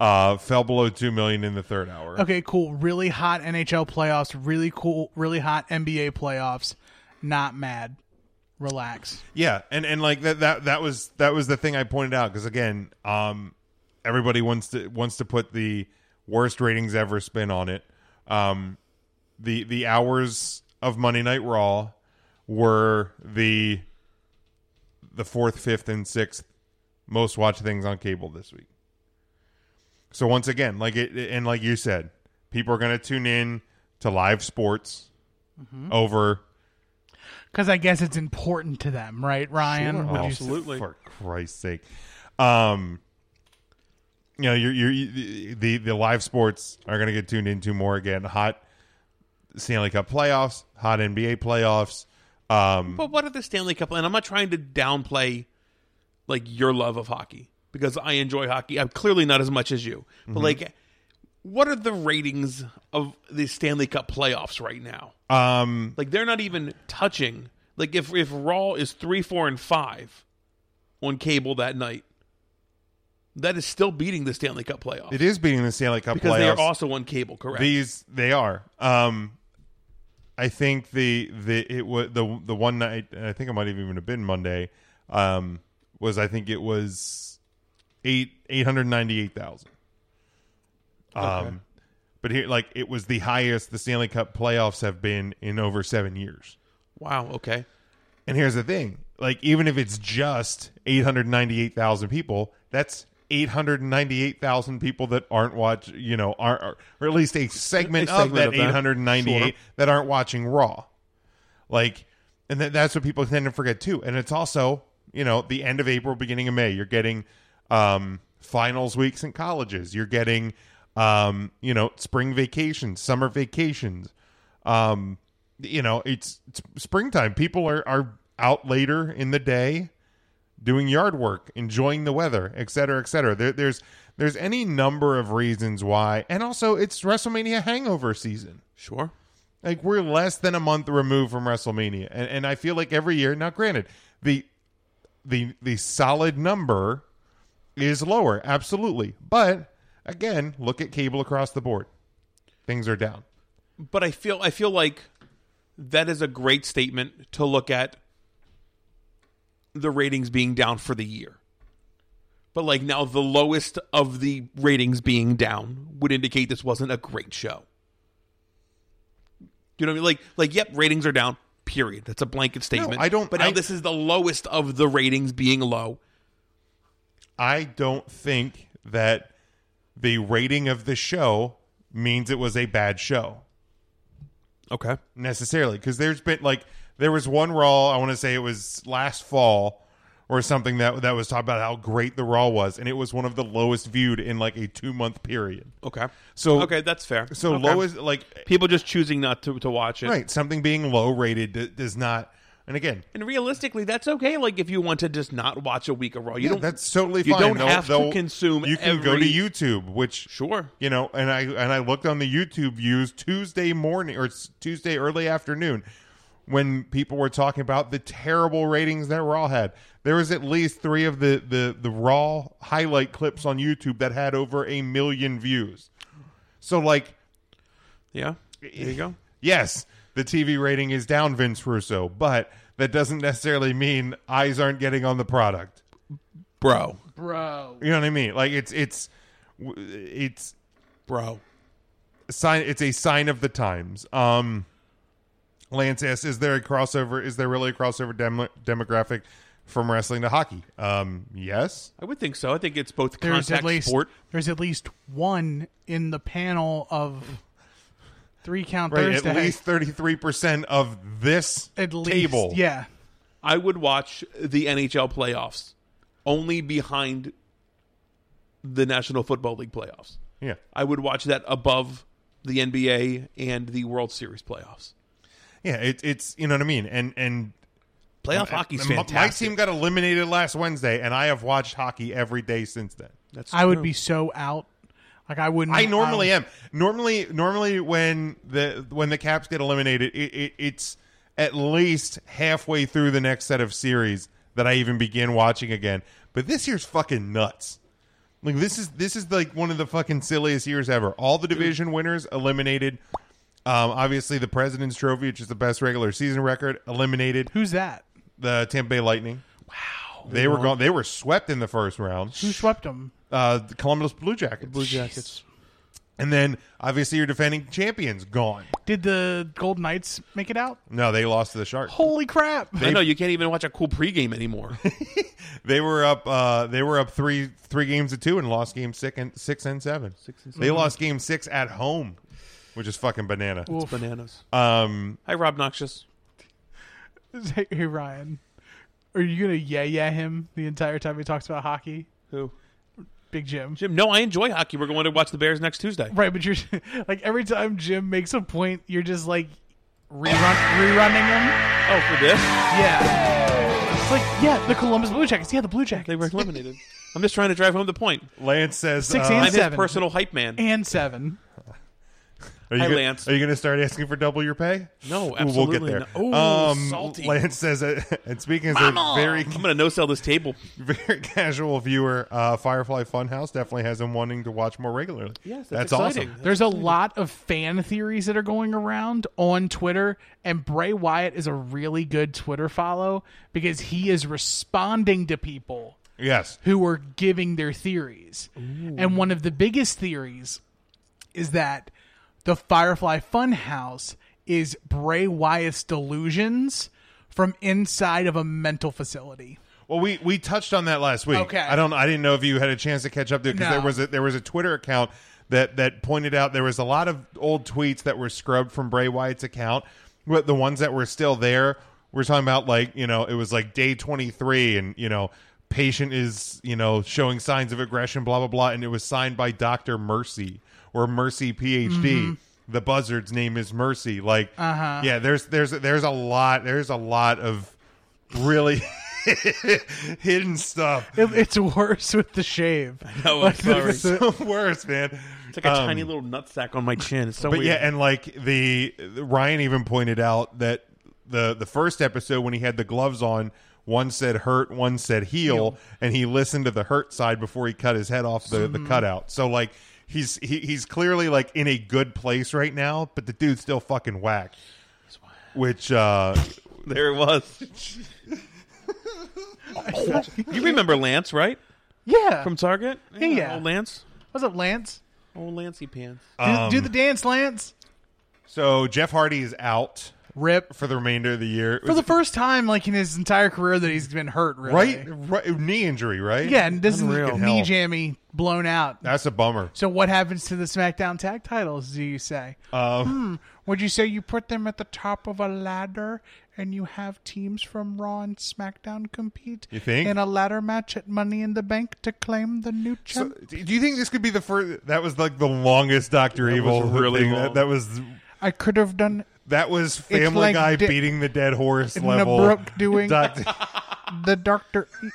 Uh, fell below two million in the third hour. Okay, cool. Really hot NHL playoffs. Really cool. Really hot NBA playoffs. Not mad. Relax. Yeah, and and like that that that was that was the thing I pointed out because again, um, everybody wants to wants to put the worst ratings ever spin on it. Um, the the hours of Monday Night Raw were the the fourth, fifth, and sixth most watched things on cable this week. So once again, like it, and like you said, people are going to tune in to live sports over Because I guess it's important to them, right, Ryan? Would you s- Absolutely. for Christ's sake. Um, you know, you're, you're, you the the live sports are going to get tuned into more again. Hot Stanley Cup playoffs, hot NBA playoffs. Um, But what if the Stanley Cup? And I'm not trying to downplay like your love of hockey because I enjoy hockey. I'm clearly not as much as you. But Mm-hmm. like, what are the ratings of the Stanley Cup playoffs right now? um, Like they're not even touching. Like if if Raw is three, four, and five on cable that night, that is still beating the Stanley Cup playoffs it is beating the Stanley Cup because playoffs. they are also on cable. Correct. These they are. Um, I think the the it was the the one night. and I think it might have even have been Monday. Um, was I think it was eight eight hundred ninety eight thousand. Um, but here like it was the highest the Stanley Cup playoffs have been in over seven years. wow. Okay. And here's the thing: like even if it's just eight hundred ninety eight thousand people, that's. 898,000 people that aren't watch, you know, aren't or or at least a segment, A segment of that of that. 898 Sure. that aren't watching Raw. Like, and that, that's what people tend to forget too. And it's also, you know, the end of April, beginning of May, you're getting um, finals weeks in colleges. You're getting, um, you know, spring vacations, summer vacations. Um, you know, it's, it's springtime. People are, are out later in the day doing yard work, enjoying the weather, et cetera, et cetera. There, there's there's any number of reasons why, and also it's WrestleMania hangover season. Sure. Like we're less than a month removed from WrestleMania, and and I feel like every year. Now, granted, the the the solid number is lower, absolutely, but again, look at cable across the board. Things are down. But I feel I feel like that is a great statement to look at the ratings being down for the year. But like now the lowest of the ratings being down would indicate this wasn't a great show. You know what I mean? Like like yep, ratings are down. Period. That's a blanket statement. I don't- But now I- this is the lowest of the ratings being low. I don't think that the rating of the show means it was a bad show. Okay. necessarily because there's been like there was one raw i want to say it was last fall or something that that was talking about how great the raw was and it was one of the lowest viewed in like a two month period Okay. So- okay, that's fair. so Okay. lowest like people just choosing not to, to watch it. right something being low rated d- does not and again And realistically, that's okay. Like if you want to just not watch a week of Raw, you yeah, don't. that's totally you fine don't They'll- have to they'll- consume you can go to every- youtube which Sure. you know and i and i looked on the youtube views tuesday morning or s- tuesday early afternoon when people were talking about the terrible ratings that raw had there was at least three of the the the raw highlight clips on youtube that had over a million views so like Yeah. There you go. yes the tv rating is down vince russo but that doesn't necessarily mean eyes aren't getting on the product Bro. Bro. you know what i mean like it's it's w- it's Bro. sign it's a sign of the times um lance asks is there a crossover is there really a crossover dem- demographic from wrestling to hockey um yes I would think so. I think it's both There's at contact least sport. there's at least one in the panel of three count right Thursday. at least 33% of this At least, table yeah. I would watch the NHL playoffs only behind the National Football League playoffs. yeah I would watch that above the NBA and the World Series playoffs. yeah it, it's you know what i mean and and Playoff hockey's my- fantastic. my team got eliminated last wednesday and i have watched hockey every day since then That's I would true. be so out. Like I wouldn't. um, I normally I, am. Normally, normally when the when the Caps get eliminated, it, it, it's at least halfway through the next set of series that I even begin watching again. But this year's fucking nuts. Like this is this is like one of the fucking silliest years ever. All the division winners eliminated. Um, obviously, the President's Trophy, which is the best regular season record, eliminated Who's that? the Tampa Bay Lightning. Wow, they were gone. They were swept in the first round. Who swept them? Uh, the Columbus Blue Jackets. Blue Jackets. And then obviously your defending champions gone. Did the Gold Knights make it out? No, they lost to the Sharks. Holy crap! I know you can't even watch a cool pregame anymore. They were up. Uh, they were up three three games to two and lost game six and six and seven. Six and seven. They lost game six at home, which is fucking banana. it's bananas. Um, Hi, Rob Noxious. hey Ryan, are you gonna yeah yeah him the entire time he talks about hockey? Who? Big Jim. Jim, no, I enjoy hockey. We're going to watch the Bears next Tuesday. Right, but you're like every time Jim makes a point, you're just like rerun rerunning him. Oh, for this? Yeah. It's like yeah, the Columbus Blue Jackets. Yeah, the Blue Jackets. They were eliminated. I'm just trying to drive home the point. Lance says, Six uh, and I'm his Seven. personal hype man. and seven. are, you Hi, gonna, Lance. are you going to start asking for double your pay? No, Ooh, absolutely We'll get not. there. Ooh, um, salty. Lance says, uh, and speaking as a very I'm going to no sell this table. very casual viewer, uh, Firefly Funhouse definitely has him wanting to watch more regularly. Yes, that's that's, exciting. awesome. There's a lot of fan theories that are going around on Twitter, and Bray Wyatt is a really good Twitter follow because he is responding to people Yes, who are giving their theories. And one of the biggest theories is that the Firefly Funhouse is Bray Wyatt's delusions from inside of a mental facility. Well, we we touched on that last week. Okay. I don't. I didn't know if you had a chance to catch up to it because No. there was a, there was a Twitter account that that pointed out there was a lot of old tweets that were scrubbed from Bray Wyatt's account, but the ones that were still there we're talking about like you know it was like day twenty three and you know patient is you know showing signs of aggression blah blah blah and it was signed by Doctor Mercy or Mercy PhD. the buzzard's name is Mercy. Like, yeah, there's there's there's a lot there's a lot of really hidden stuff. It- it's worse with the shave. No, I'm sorry. It's so worse, man. It's like a tiny little nutsack on my chin. It's so Um, But weird. yeah, and like the Ryan even pointed out that the the first episode when he had the gloves on, one said hurt, one said heal, and he listened to the hurt side before he cut his head off the, the cutout. So like he's he, he's clearly like in a good place right now, but the dude's still fucking whack. Which uh there it was. you remember Lance, right? Yeah. From Target? yeah. Old Lance? What's up, Lance? Old Lancey Pants. Do, do the dance, Lance. so Jeff Hardy is out Rip. for the remainder of the year. For the first time, like in his entire career, that he's been hurt. Really. right, right knee injury, right? Yeah, and this Unreal. is knee Hell. jammy, blown out. That's a bummer. So what happens to the SmackDown tag titles? Do you say? Uh, Hmm, Would you say you put them at the top of a ladder and you have teams from Raw and SmackDown compete You think? in a ladder match at Money in the Bank to claim the new So, champ? do do you think this could be the first? That was like the longest Doctor Evil. was really thing. long. That, that was I could have done that was Family like Guy Dick beating the dead horse level. Nabrook doing- Doctor, the Doctor E-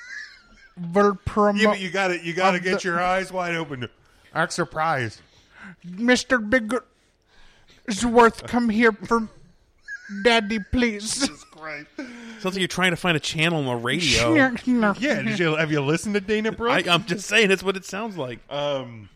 Verpromo, yeah, but you got it. You got to of get the- your eyes wide open. Act surprised. Mister Biggsworth. Come here for Daddy, please. Sounds like you're trying to find a channel on the radio. yeah, Yeah, did you, have you listened to Dana I, Brooke? I'm just saying, that's what it sounds like. um,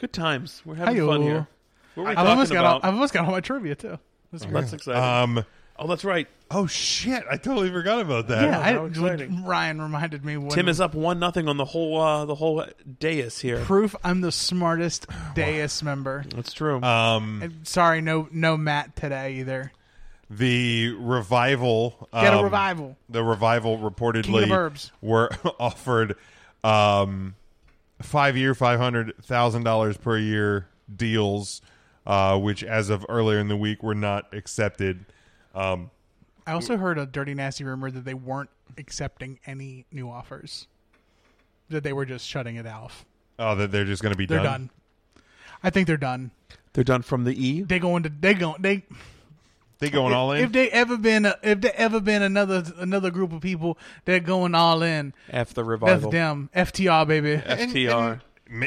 Good times. We're having Hi-yo. fun here. What were we I've talking almost got all, about? I've almost got all my trivia too. That's great. That's exciting. um, oh, that's right. oh shit! I totally forgot about that. Yeah, I, how exciting. Ryan reminded me. When Tim is up one nothing on the whole uh, the whole dais here. proof. I'm the smartest Deus member. That's true. Uh, And sorry, no, no Matt today either. the revival Get a um, revival. the revival King of reportedly herbs. were offered um five year five hundred thousand dollars per year deals uh which as of earlier in the week were not accepted Um, I also heard a dirty, nasty rumor that they weren't accepting any new offers. That they were just shutting it off. oh that they're just gonna be They're done. I think they're done. They're done from the E. They going to they going they they going all in if they ever been a, if they ever been another another group of people that going all in. F the That's revival. them. FTR baby. And- FTR. and,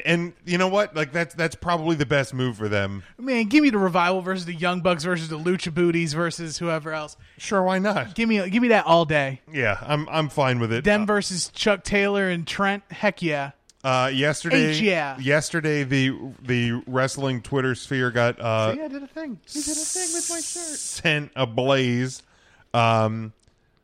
and you know what like that's that's probably the best move for them Man, give me the revival versus the Young Bucks versus the Lucha Booties versus whoever else. sure why not Give me give me that all day. yeah i'm i'm fine with it Them versus Chuck Taylor and Trent. Heck yeah. Uh, yesterday, H, yeah. yesterday the the wrestling Twitter sphere got uh, yeah, I did a thing. You did a thing with my shirt. sent ablaze um,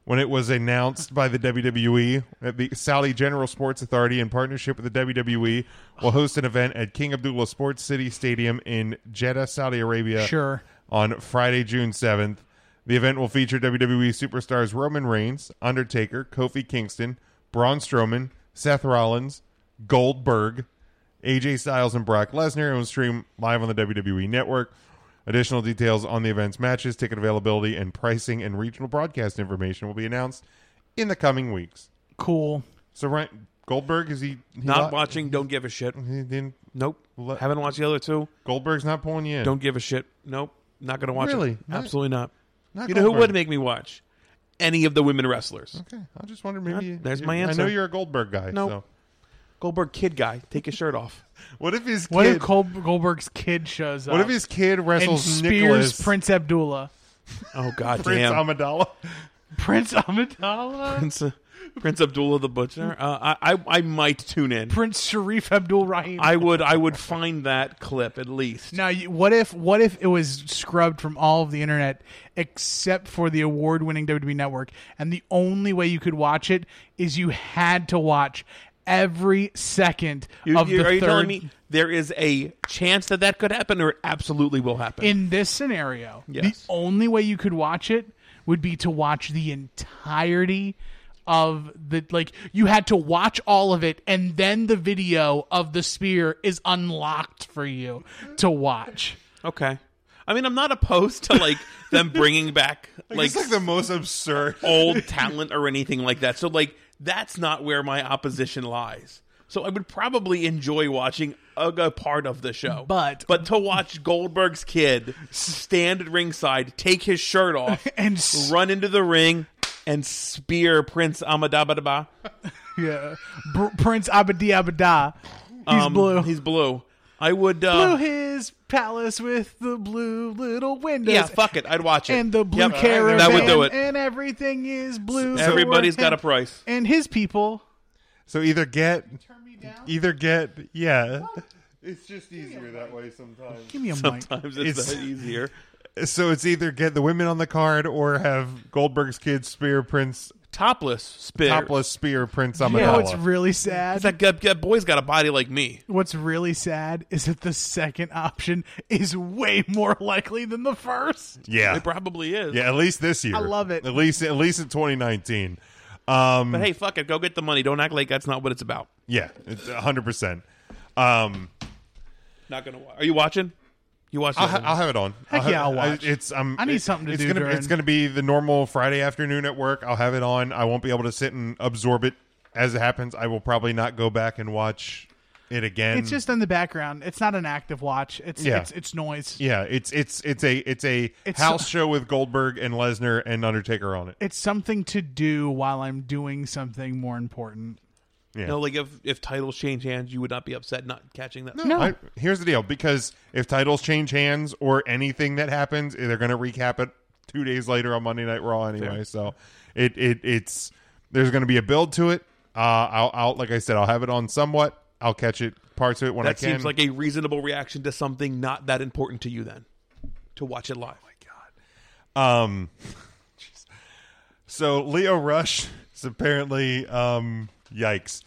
when it was announced by the WWE that the Saudi General Sports Authority, in partnership with the WWE, will host an event at King Abdullah Sports City Stadium in Jeddah, Saudi Arabia, Sure. on Friday, June seventh. The event will feature WWE superstars Roman Reigns, Undertaker, Kofi Kingston, Braun Strowman, Seth Rollins, Goldberg, AJ Styles, and Brock Lesnar, and will stream live on the WWE Network. Additional details on the event's matches, ticket availability, and pricing and regional broadcast information will be announced in the coming weeks. Cool. So, right, Goldberg is he, he Not lo- watching. Don't give a shit. He didn't, Nope. Let- Haven't watched the other two. Goldberg's not pulling you in. Don't give a shit. Nope. Not gonna watch Really? it. Absolutely not. Not you know who Goldberg. would make me watch? Any of the women wrestlers. Okay, I just wondered maybe. you- There's you- my I answer. know you're a Goldberg guy. Nope. So. Goldberg kid guy. Take his shirt off. What if his kid? What if Col- Goldberg's kid shows up? What if his kid and wrestles spears Nicholas Prince Abdullah? Oh god Prince damn. Amidala? Prince Amidala? Prince, uh, Prince Abdullah the Butcher. Uh, I, I I might tune in. Prince Sharif Abdul Rahim? I would I would find that clip at least. now, you- what if what if it was scrubbed from all of the internet except for the award-winning WWE Network, and the only way you could watch it is you had to watch every second You- of you- the are you third telling me there is a chance that that could happen, or it absolutely will happen? in this scenario, Yes. the only way you could watch it would be to watch the entirety of the like you had to watch all of it and then the video of the spear is unlocked for you to watch. okay. I mean, I'm not opposed to like them bringing back Like, like, it's like the most absurd. old talent or anything like that. So like that's not where my opposition lies. So I would probably enjoy watching a, a part of the show. But- but to watch Goldberg's kid stand at ringside, take his shirt off, And s- run into the ring and spear Prince Amadabadaba. yeah. Br- Prince Abadi Abada. He's Um, blue. He's blue. I would. blew Uh, his palace with the blue little windows. yeah, fuck it. I'd watch it. And the blue Yep, caravan. That would do it. And everything is blue. So- Everybody's for got him a price. And his people. So either get, either get, yeah. It's just easier that way sometimes. Give me a mic. Sometimes it's, It's- that easier. So it's either get the women on the card or have Goldberg's kid spear Prince Topless spear. topless spear Prince You know what's Amidala. really sad? That, that, that boy's got a body like me. What's really sad is that the second option is way more likely than the first. yeah, It probably is. yeah. At least this year. I love it. At least at least in 2019. Um, But hey, fuck it. Go get the money. Don't act like that's not what it's about. yeah, it's 100. percent Um, Not gonna. Watch. Are you watching? You watch? I'll, ha- I'll have it on. Heck I'll ha- yeah, I'll watch. I, it's I'm, I need it- something to it's do Gonna, during- It's going to be the normal Friday afternoon at work. I'll have it on. I won't be able to sit and absorb it as it happens. I will probably not go back and watch it again. It's just in the background. It's not an active watch. It's Yeah. it's, it's noise. yeah. It's it's it's a it's a It's- house show with Goldberg and Lesnar and Undertaker on it. It's something to do while I'm doing something more important. You know, like if if titles change hands, you would not be upset not catching that. No. I, here's the deal: because if titles change hands or anything that happens, they're going to recap it two days later on Monday Night Raw anyway. So it it it's there's going to be a build to it. Uh, I'll, I'll like I said, I'll have it on somewhat. I'll catch it parts of it when That I can. seems like a reasonable reaction to something not that important to you. Then to watch it Oh live. um, so Leo Rush is apparently um, yikes.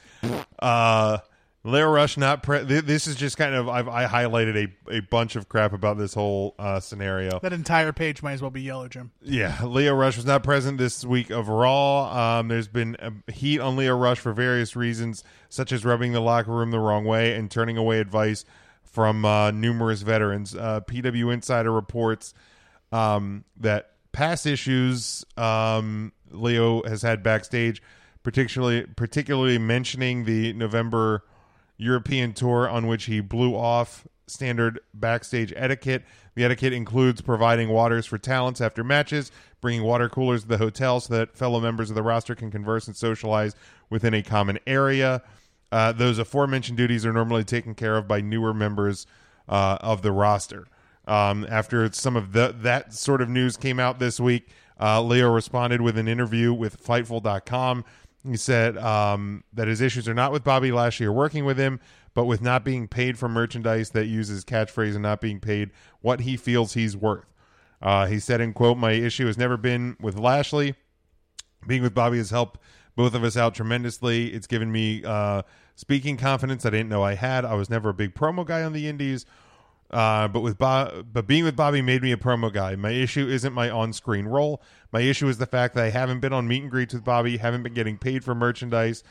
Uh, Leo Rush not pre- th- this is just kind of I've I highlighted a a bunch of crap about this whole uh, scenario. That entire page might as well be yellow, Jim. Yeah, Leo Rush was not present this week of Raw. Um, there's been um, heat on Leo Rush for various reasons, such as rubbing the locker room the wrong way and turning away advice from uh, numerous veterans. Uh, PW Insider reports um, that past issues um, Leo has had backstage, particularly particularly mentioning the November European tour on which he blew off standard backstage etiquette. The etiquette includes providing waters for talents after matches, bringing water coolers to the hotel so that fellow members of the roster can converse and socialize within a common area. Uh, those aforementioned duties are normally taken care of by newer members uh, of the roster. Um, after some of the, that sort of news came out this week, uh, Leo responded with an interview with Fightful.com. He said um, that his issues are not with Bobby Lashley or working with him, but with not being paid for merchandise that uses catchphrase and not being paid what he feels he's worth. Uh, he said, in quote, My issue has never been with Lashley being with Bobby has helped both of us out tremendously. It's given me uh, speaking confidence I didn't know I had. I was never a big promo guy on the Indies, uh, but with Bo- but being with Bobby made me a promo guy. My issue isn't my on-screen role. My issue is the fact that I haven't been on meet and greets with Bobby, haven't been getting paid for merchandise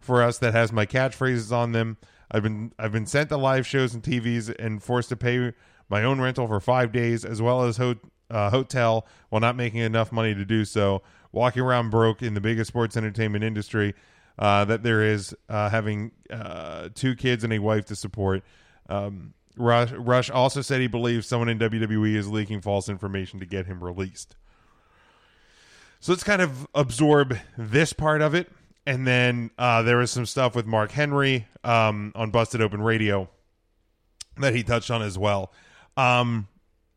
for us that has my catchphrases on them. I've been I've been sent to live shows and TVs and forced to pay my own rental for five days as well as ho- uh, hotel while not making enough money to do so. Walking around broke in the biggest sports entertainment industry uh, that there is, uh, having uh, two kids and a wife to support. Um, Rush, Rush also said he believes someone in WWE is leaking false information to get him released. So let's kind of absorb this part of it. And then uh, there was some stuff with Mark Henry um, on Busted Open Radio that he touched on as well. Um,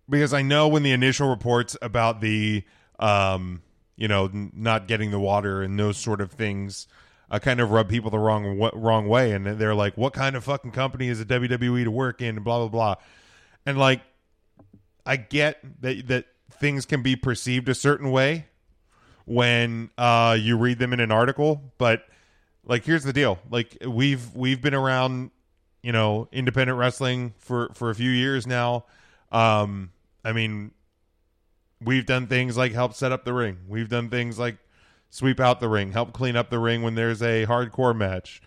because I know when the initial reports about the, um, you know, n- not getting the water and those sort of things uh, kind of rub people the wrong, w- wrong way. And they're like, what kind of fucking company is a WWE E to work in? And blah, blah, blah. And like, I get that, that things can be perceived a certain way when uh, you read them in an article. But like, here's the deal: like we've we've been around, you know, independent wrestling for for a few years now. Um, I mean, we've done things like help set up the ring. We've done things like sweep out the ring, help clean up the ring when there's a hardcore match.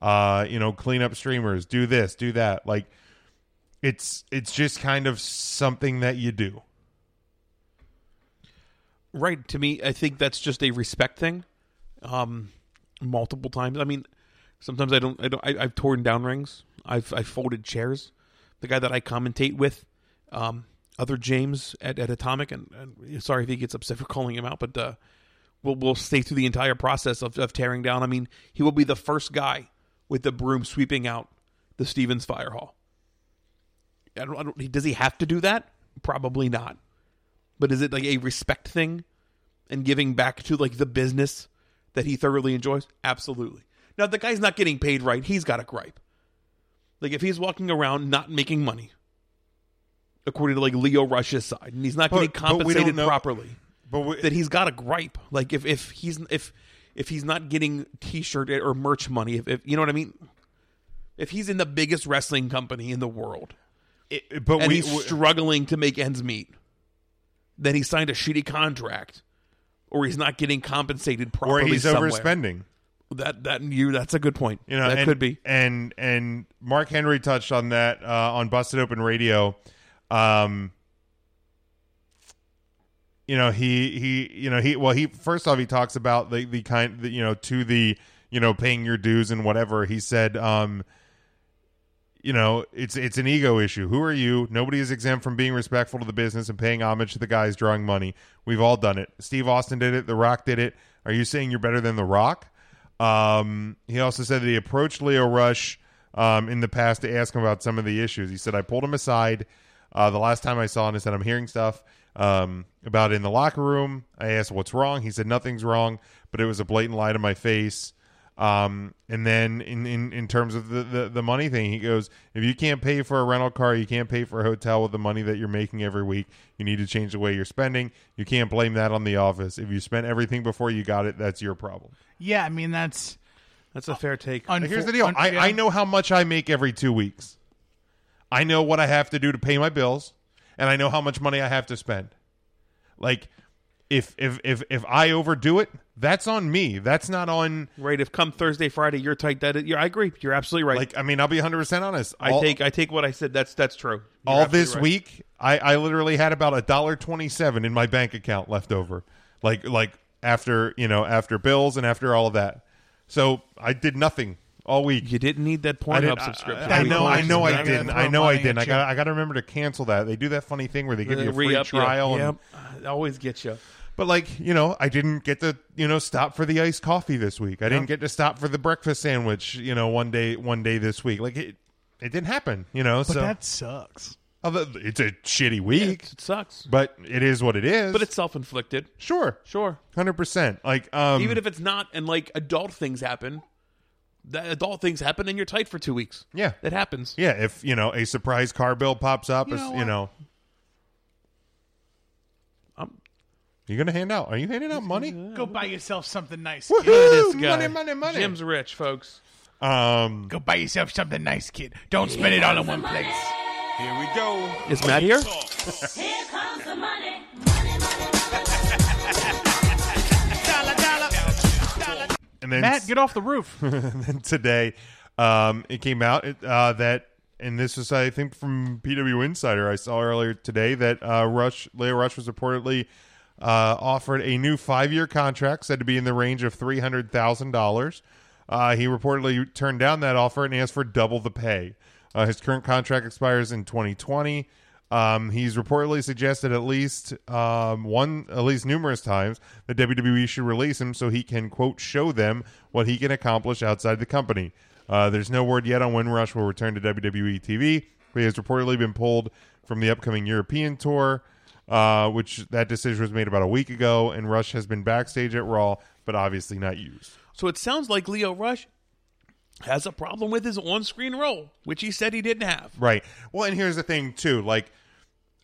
Uh, you know, clean up streamers, do this, do that. Like, it's it's just kind of something that you do. Right. To me, I think that's just a respect thing. Um, multiple times. I mean, Sometimes I don't. I don't. I, I've torn down rings. I've I folded chairs. The guy that I commentate with, um, other James at, at Atomic, and, and sorry if he gets upset for calling him out, but uh, we'll we'll stay through the entire process of, of tearing down. I mean, he will be the first guy with the broom sweeping out the Stevens Fire Hall. I don't, I don't, does he have to do that? Probably not. But is it like a respect thing and giving back to like the business that he thoroughly enjoys? Absolutely. Now, if the guy's not getting paid right. He's got a gripe. Like if he's walking around not making money, according to like Leo Rush's side, and he's not But- getting but we don't compensated know- properly, But we, that he's got a gripe. Like if if he's if if he's not getting T-shirt or merch money, if, if you know what I mean. If he's in the biggest wrestling company in the world, it- but and we, he's we- struggling to make ends meet. Then he signed a shitty contract, or he's not getting compensated or properly. he's somewhere. overspending. That that you that's a good point. You know, that and, could be. And and Mark Henry touched on that uh, on Busted Open Radio. Um, you know he he you know he well he first off he talks about the the kind the, you know to the you know paying your dues and whatever he said um you know it's it's an ego issue who are you nobody is exempt from being respectful to the business and paying homage to the guys drawing money we've all done it steve austin did it the rock did it are you saying you're better than the rock um he also said that he approached leo rush um in the past to ask him about some of the issues he said i pulled him aside uh, the last time I saw him, I said, I'm hearing stuff um, about in the locker room. I asked, what's wrong? He said, nothing's wrong, but it was a blatant lie to my face. Um, and then in, in, in terms of the, the, the money thing, he goes, if you can't pay for a rental car, you can't pay for a hotel with the money that you're making every week. You need to change the way you're spending. You can't blame that on the office. If you spent everything before you got it, that's your problem. Yeah, I mean that's. That's a fair take. Unfor- Like, here's the deal. un- I, yeah. I know how much I make every two weeks. I know what I have to do to pay my bills, and I know how much money I have to spend. Like, if if if if I overdo it, that's on me. That's not on. right. If come Thursday, Friday, you're tight. That is, you're, I agree. You're absolutely right. Like, I mean, I'll be 100 percent honest. I All- take I take what I said. That's that's true. You're all absolutely this right. week. I I literally had about a dollar 27 in my bank account left over. Like like after you know after bills and after all of that. So I did nothing all week. You didn't need that I Pornhub didn't- subscription. I, I We know, closed I know, it. I They're didn't. gonna I throw know, I money at didn't. I you. got, I got to remember to cancel that. They do that funny thing where they give you a free Re-up you. trial. and- Yep. It always get you. But like, you know, I didn't get to, you know, stop for the iced coffee this week. I didn't get to stop for the breakfast sandwich. You know, one day, one day this week. Like it, it didn't happen. You know, But so that sucks. although it's a shitty week, It sucks, but it is what it is. but it's self inflicted. sure, Sure. hundred percent. Like, um, even if it's not and like adult things happen that adult things happen and you're tight for two weeks Yeah. that happens yeah, if you know a surprise car bill pops up, You it's- know you what? know, I'm- you're gonna hand out. Are you handing out money? Go buy yourself something nice. Woohoo! Kid. Money, money, money. jim's rich folks um, Go buy yourself something nice, kid. Don't spend it all in one place. Here we go. is matt here Here comes the money. Money, money, money. and then Matt, get off the roof. today um, it came out uh, that and this was i think from pw insider i saw earlier today that uh, rush leo rush was reportedly uh, offered a new five-year contract said to be in the range of $300000 uh, he reportedly turned down that offer and asked for double the pay uh, his current contract expires in 2020 um, he's reportedly suggested at least um, one, at least numerous times, that WWE should release him so he can quote show them what he can accomplish outside the company. Uh, there's no word yet on when Rush will return to WWE TV, but he has reportedly been pulled from the upcoming European tour, uh, which that decision was made about a week ago. And Rush has been backstage at Raw, but obviously not used. so it sounds like leo rush has a problem with his on-screen role which he said he didn't have Right. Well, and here's the thing too. Like,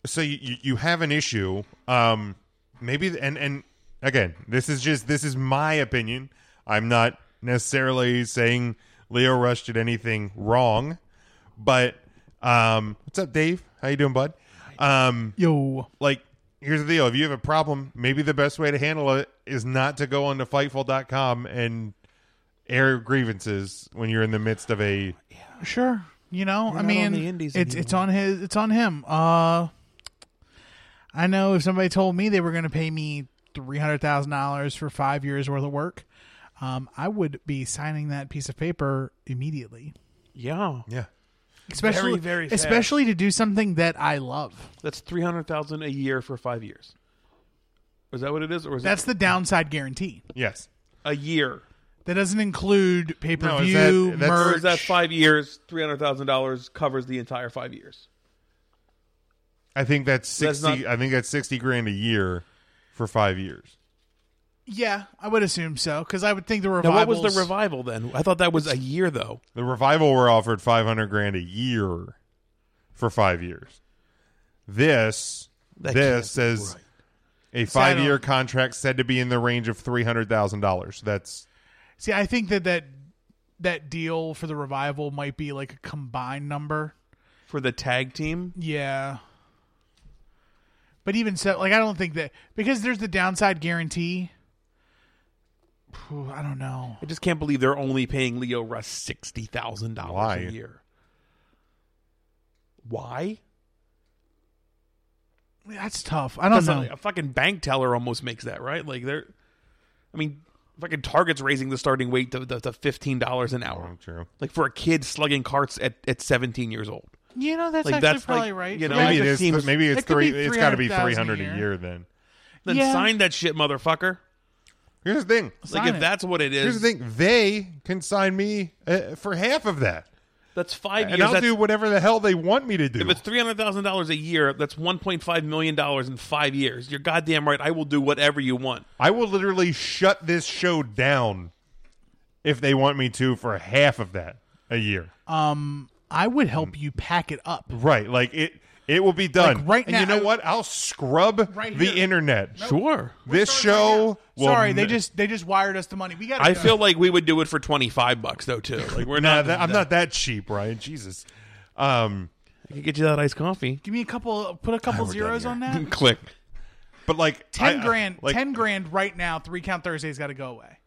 so you you- you have an issue. Um, maybe and and again, this is just this is my opinion. I'm not necessarily saying Leo Rush did anything wrong, but um, what's up, Dave? How you doing, bud? Um, Yo. like here's the deal if you have a problem maybe the best way to handle it is not to go on to fightful.com and air grievances when you're in the midst of a Sure. You know, I not mean, on the indies it's it's on his, it's on him. Uh, I know if somebody told me they were going to pay me three hundred thousand dollars for five years worth of work, um, I would be signing that piece of paper immediately. Yeah, Yeah. Especially, very fast. especially to do something that I love. that's three hundred thousand a year for five years. Is that what it is, or is That's the downside guarantee. Yes. it a year? That doesn't include pay per No, is that- view, that's- Or merch. is that five years? Three hundred thousand dollars covers the entire five years. I think that's That's sixty. not- I think that's sixty grand a year for five years. yeah, I would assume so because I would think the Now, revivals. what was the revival then? I thought that was a year though. The revival were offered five hundred grand a year for five years. This That can't be this says right. a I don't- five year contract said to be in the range of three hundred thousand dollars. That's See, I think that that that deal for the revival might be like a combined number. for the tag team. Yeah. But even so, like I don't think that because there's the downside guarantee. Phew, I don't know. I just can't believe they're only paying Leo Russ sixty thousand Why? dollars a year. Why? That's tough. I don't know. Like, a fucking bank teller almost makes that right. Like they're, I mean, fucking Target's raising the starting weight to, to, to fifteen dollars an hour. true. Like for a kid slugging carts at, at seventeen years old. You know, that's Like, actually that's, like, probably right. you know, Yeah, Maybe it it just is. seems- maybe it's it could three. be it's got to be three 300,000 a hundred a year. year. Then Then Yeah. sign that shit, motherfucker. here's the thing. Sign Like if it. that's what it Here's is, the thing. They can sign me uh, for half of that, that's five and years. I'll that's- do whatever the hell they want me to do. If it's three hundred thousand dollars a year, that's one point five million dollars in five years. You're goddamn right. I will do whatever you want. I will literally shut this show down if they want me to for half of that a year. Uh, I would help you pack it up. Right. Like it it will be done. Like, right and now- you know what? I'll scrub Right the here. internet. Sure. This show will Sorry, they n- just they just wired us the money. We got. mm, I feel like we would do it for twenty five bucks though too. Like we're Nah, not. that- I'm doing not that cheap, Ryan. Jesus. Um I could get you that iced coffee. give me a couple. Put a couple we're zeros done on that. Click. but like Ten I- grand. like, ten grand right now. Three count Thursday's got to go away.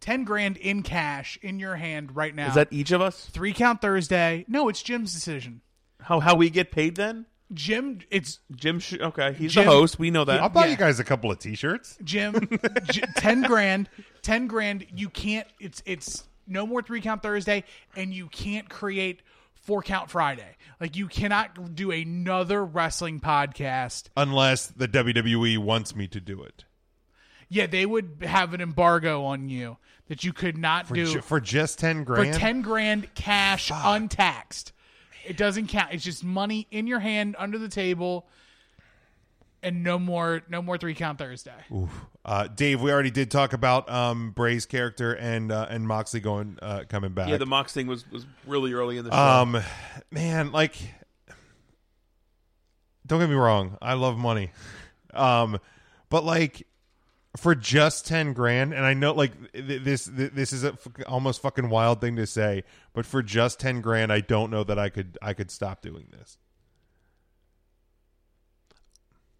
Ten grand in cash in your hand right now. Is that each of us? three count Thursday? No, it's Jim's decision. How how we get paid then? Jim, it's Jim. Sh- okay, he's Jim- the host. We know that. I'll buy yeah. you guys a couple of t shirts. Jim. J- ten grand. Ten grand. You can't. It's it's no more three count Thursday, and you can't create four count Friday. Like you cannot do another wrestling podcast. Unless the WWE wants me to do it. Yeah, they would have an embargo on you that you could not For, do ju- for just ten for grand. ten grand cash untaxed. It doesn't count. It's just money in your hand under the table, and no more no more three count Thursday. Uh, Dave, we already did talk about um, Bray's character and uh, and Moxley going uh, coming back. yeah, the Mox thing was was really early in the show. um, man, like, don't get me wrong, I love money, um, but like for just ten grand, and I know like th- this th- this is a f- almost fucking wild thing to say, but for just ten grand, I don't know that I could I could stop doing this.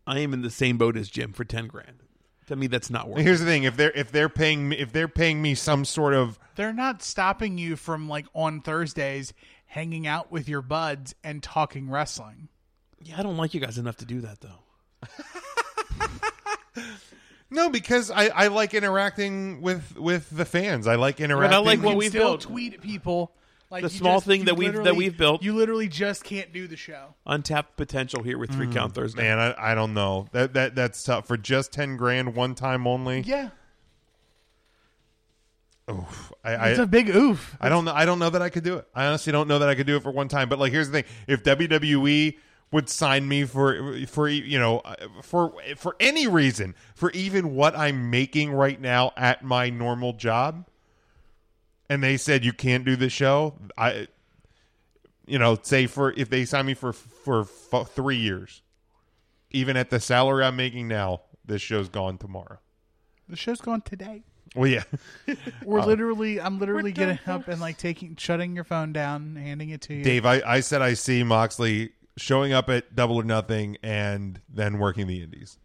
I am in the same boat as Jim for ten grand. To me, that's not worth. it. Here's the thing: if they're if they're paying me if they're paying me some sort of They're not stopping you from like on Thursdays hanging out with your buds and talking wrestling. Yeah, I don't like you guys enough to do that though. No, because I, I like interacting with with the fans. I like interacting. I like You what can we've still built. Tweet at people. Like The you small just- thing you that we've- that literally- we've built. You literally just can't do the show. Untapped potential here with three count Thursday. Mm. Man, I, I don't know. That that that's tough for just ten grand one time only. Yeah, I, it's I, a big oof. I don't know. I don't know that I could do it. I honestly don't know that I could do it for one time. But like, here's the thing: if WWE would sign me for for you know uh, for for any reason for even what I'm making right now at my normal job, and they said you can't do the show, I, you know, say for if they sign me for for f- three years, even at the salary I'm making now, this show's gone tomorrow. The show's gone today. Well, yeah. We're Oh. literally, I'm literally getting up and like taking, shutting your phone down, handing it to you. Dave, I, I said I see Moxley showing up at Double or Nothing and then working the Indies.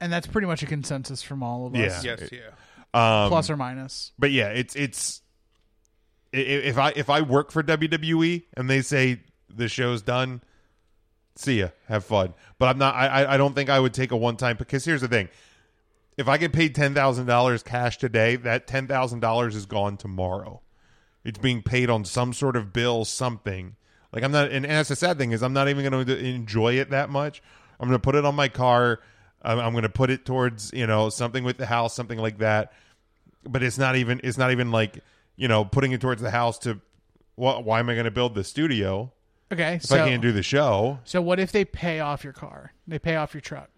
and that's pretty much a consensus from all of us, Yeah. Um, yeah. plus or minus. But yeah, it's it's i- i- if I if I work for WWE and they say the show's done, see ya, have fun. But I'm not. I I- I don't think I would take a one time because here's the thing. if I get paid ten thousand dollars cash today, that ten thousand dollars is gone tomorrow. It's being paid on some sort of bill, something. Like I'm not, and, and that's the sad thing is I'm not even going to enjoy it that much. I'm going to put it on my car. I'm, I'm going to put it towards you know something with the house, something like that. But it's not even it's not even like you know putting it towards the house to. Wh- why am I going to build the studio Okay, if so I can't do the show? so what if they pay off your car? They pay off your truck.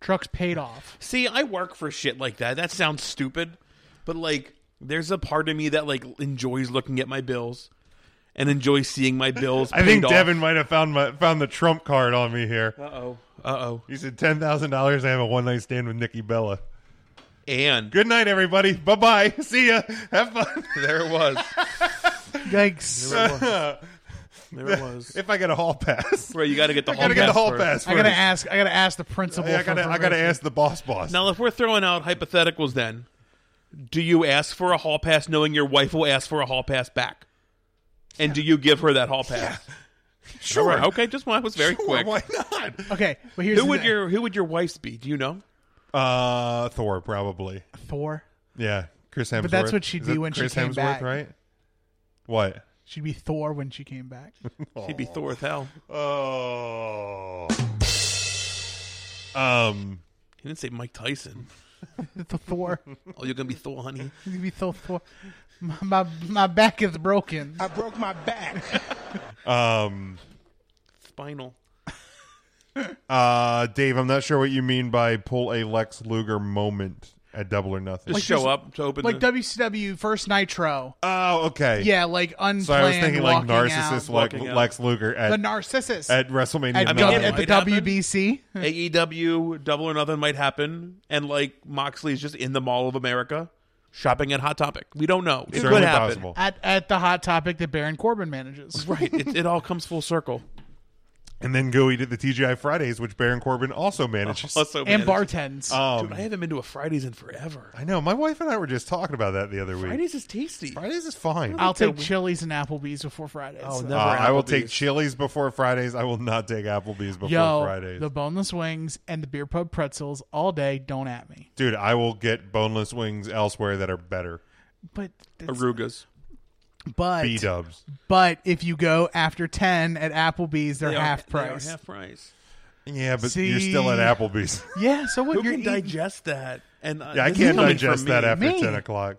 Truck's paid off. See, I work for shit like that. That sounds stupid, but like, there's a part of me that like enjoys looking at my bills and enjoys seeing my bills. I think paid off. Devin might have found my found the trump card on me here. Uh oh. Uh oh. He said ten thousand dollars. I have a one night stand with Nikki Bella. And Good night, everybody. Bye bye. See ya. Have fun. there it was. Yikes! There it was. if I get a hall pass, Right, you got to get the I hall gotta get a pass hall first. pass. I gotta first. ask. I gotta ask the principal. I gotta. for I gotta permission. ask the boss. Boss. Now, if we're throwing out hypotheticals, then do you ask for a hall pass knowing your wife will ask for a hall pass back? And do you give her that hall pass? sure. Right, okay, just one. That was very Sure, quick. Why not? Okay, but here's Who the would thing. your Who would your wife's be? Do you know? Uh, Thor probably. Thor? Yeah, Chris Hemsworth. that's what she'd Is be it when she Chris came Hemsworth, back. right? What? She'd be Thor when she came back. She'd be Thor with hell. Oh. Um. He didn't say Mike Tyson. the Thor. Oh, you're gonna be Thor, honey. She'd be so Thor. My, my my back is broken. I broke my back. Um. Spinal. Uh, Dave, I'm not sure what you mean by pull a Lex Luger moment at Double or Nothing. Just show up to open Like the, WCW first Nitro. oh, okay. Yeah, like unplanned. So I was thinking like walking narcissist out. like walking out. Lex Luger the at narcissist at WrestleMania. at, I mean, W- it at the might happen. WBC. AEW E Double or Nothing might happen, and like Moxley is just in the Mall of America shopping at Hot Topic. We don't know. It Certainly could happen. possible. At at the hot topic that Baron Corbin manages. Right. It, it all comes full circle. And then Gooey did the TGI Fridays, which Baron Corbin also manages. Also, And managed- bartends. Um, Dude, I haven't been to a Fridays in forever. I know. My wife and I were just talking about that the other week. Fridays is tasty. Fridays is fine. I'll take we- Chili's and Applebee's before Fridays. Oh, Uh, never I will Applebee's. take Chili's before Fridays. I will not take Applebee's before Yo, Fridays. the boneless wings and the beer pub pretzels all day. Don't at me. Dude, I will get boneless wings elsewhere that are better. But it's- Arugas. but B dubs. but if you go after ten at Applebee's, they're They are- half they are price. half price. Yeah, but See- you're still at Applebee's. Yeah. So what? Who you're can eating digest that? And uh, yeah, I this is can't coming from digest that me. after Me. 10 o'clock.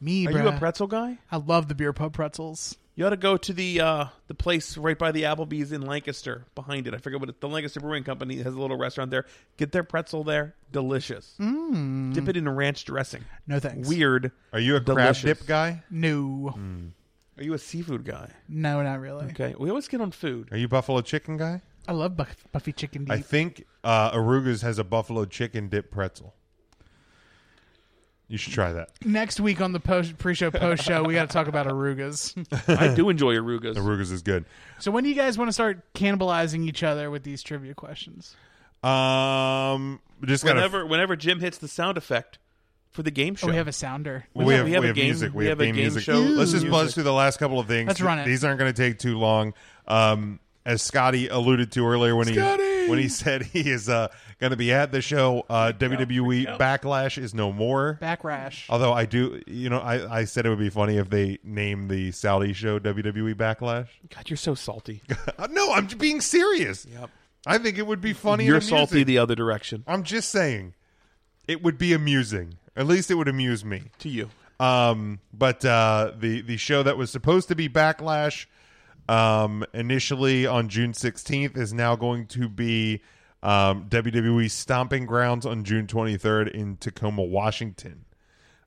me, Are bruh. you a pretzel guy? I love the beer pub pretzels. You ought to go to the uh, the place right by the Applebee's in Lancaster, behind it. I forget what it, the Lancaster Brewing Company has a little restaurant there. Get their pretzel there, delicious. Mm. Dip it in ranch dressing. No thanks. Weird. Are you a Delicious. crab dip guy? No. Mm. Are you a seafood guy? No, not really. Okay, we always get on food. Are you buffalo chicken guy? I love buff- Buffy chicken I deep. think uh, Aruga's has a buffalo chicken dip pretzel. You should try that. Next week on the post pre-show post show, we got to talk about arugas. I do enjoy arugas. Aruga's is good. so when do you guys want to start cannibalizing each other with these trivia questions? Um, we just got whenever whenever Jim hits the sound effect for the game show, Oh, we have a sounder. we have, we we have have, a game- music. We, we have, have a game, game music. show Let's with just music. buzz through the last couple of things. Let's run it. These aren't going to take too long. Um, as Scotty alluded to earlier when he when he said he is uh, going to be at the show, uh, WWE Backlash is no more. Back rash. Although I do, you know, I, I said it would be funny if they named the Saudi show WWE Backlash. God, you're so salty. Uh, no, I'm j- being serious. Yep. I think it would be funny. You're and amusing. salty the other direction. I'm just saying, it would be amusing. At least it would amuse me. To you, Um, but uh, the the show that was supposed to be Backlash, um, initially on June 16th, is now going to be um, WWE Stomping Grounds on June 23rd in Tacoma, Washington.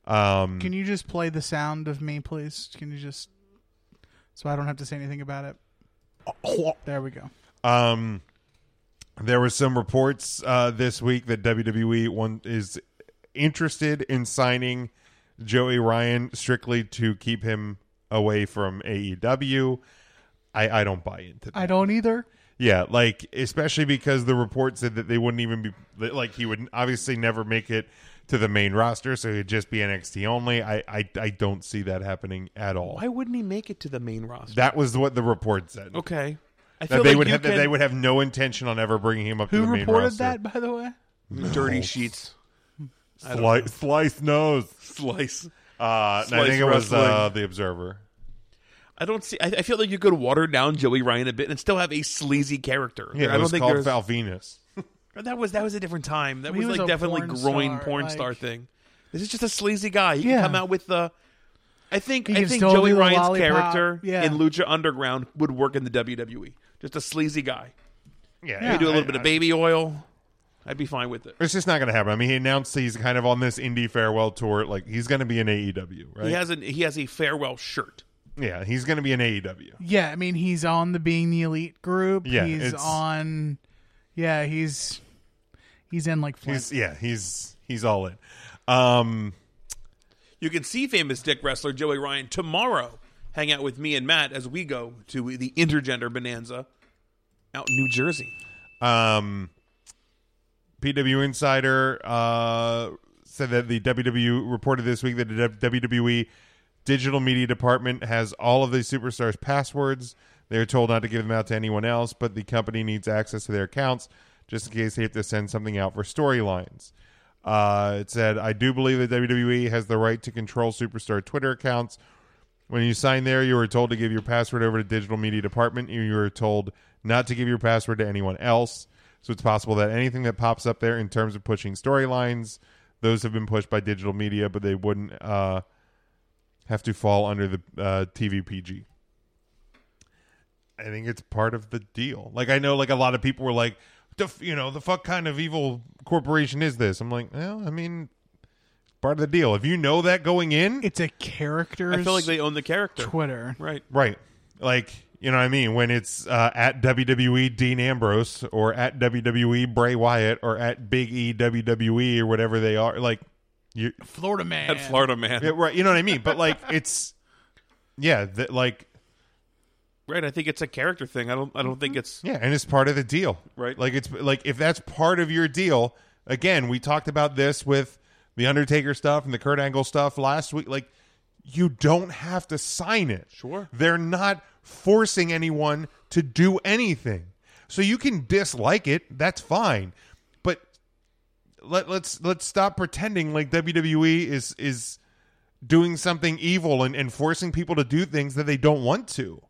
Um, Can you just play the sound of me, please? Can you just so I don't have to say anything about it? There we go. Um, there were some reports uh, this week that WWE one is interested in signing Joey Ryan strictly to keep him away from AEW. I, I don't buy into that. I don't either. Yeah, like especially because the report said that they wouldn't even be that, like he would obviously never make it to the main roster, so it'd just be NXT only. I I, I don't see that happening at all. why wouldn't he make it to the main roster? That was what the report said. okay, I That they like would you have, that can- they would have no intention on ever bringing him up to Who the main reported roster. that, by the way? Dirty sheets. Slice, slice nose. Slice. Uh, and I Slice think it was uh, wrestling. the Observer. I don't see. I, I feel like you could water down Joey Ryan a bit and still have a sleazy character. Yeah, it I don't was think called there's- Val Venus. that was that was a different time. That He was, was like a definitely porn groin star, porn like- star thing. This is just a sleazy guy. He Yeah. can come out with the. I think He I can think still Joey do the Ryan's lollipop. character Yeah. in Lucha Underground would work in the WWE. Just a sleazy guy. Yeah, You do a I- little bit I- of baby oil. I'd be fine with it. It's just not going to happen. I mean, he announced he's kind of on this indie farewell tour. Like he's going to be in AEW, right? He has an he has a farewell shirt. yeah, he's going to be in E AEW. Yeah, I mean he's on the Being the Elite group. Yeah, he's it's- on. Yeah, he's he's in like Flint. He's yeah, he's he's all in. Um, You can see famous dick wrestler Joey Ryan tomorrow. Hang out with me and Matt as we go to the intergender bonanza out in New Jersey. um, PW Insider uh, said that the WWE reported this week that the WWE digital media department has all of the superstars' passwords. They are told not to give them out to anyone else, but the company needs access to their accounts just in case they have to send something out for storylines. Uh, it said, I do believe that WWE has the right to control superstar Twitter accounts. When you sign there, you were told to give your password over to digital media department. and You were told not to give your password to anyone else. So it's possible that anything that pops up there in terms of pushing storylines, those have been pushed by digital media, but they wouldn't uh, have to fall under the uh, TVPG. I think it's part of the deal. Like I know, like a lot of people were like, the f- you know, the fuck kind of evil corporation is this? I'm like, well, I mean, part of the deal. If you know that going in, It's a character. I feel like they own the character. Twitter. Right. Right. Like, you know what I mean? When it's uh, at WWE Dean Ambrose or at WWE Bray Wyatt or at Big E WWE or whatever they are, like, you, Florida man. At Florida Man. yeah, right, you know what I mean? But, like, it's, yeah, th- like, Right. I think it's a character thing. I don't I don't think it's yeah, and it's part of the deal. Right. Like, it's, like, if that's part of your deal, again, we talked about this with the Undertaker stuff and the Kurt Angle stuff last week. Like, you don't have to sign it. Sure. They're not forcing anyone to do anything. So you can dislike it, that's fine. But let, let's let's stop pretending like WWE is is doing something evil and, and forcing people to do things that they don't want to.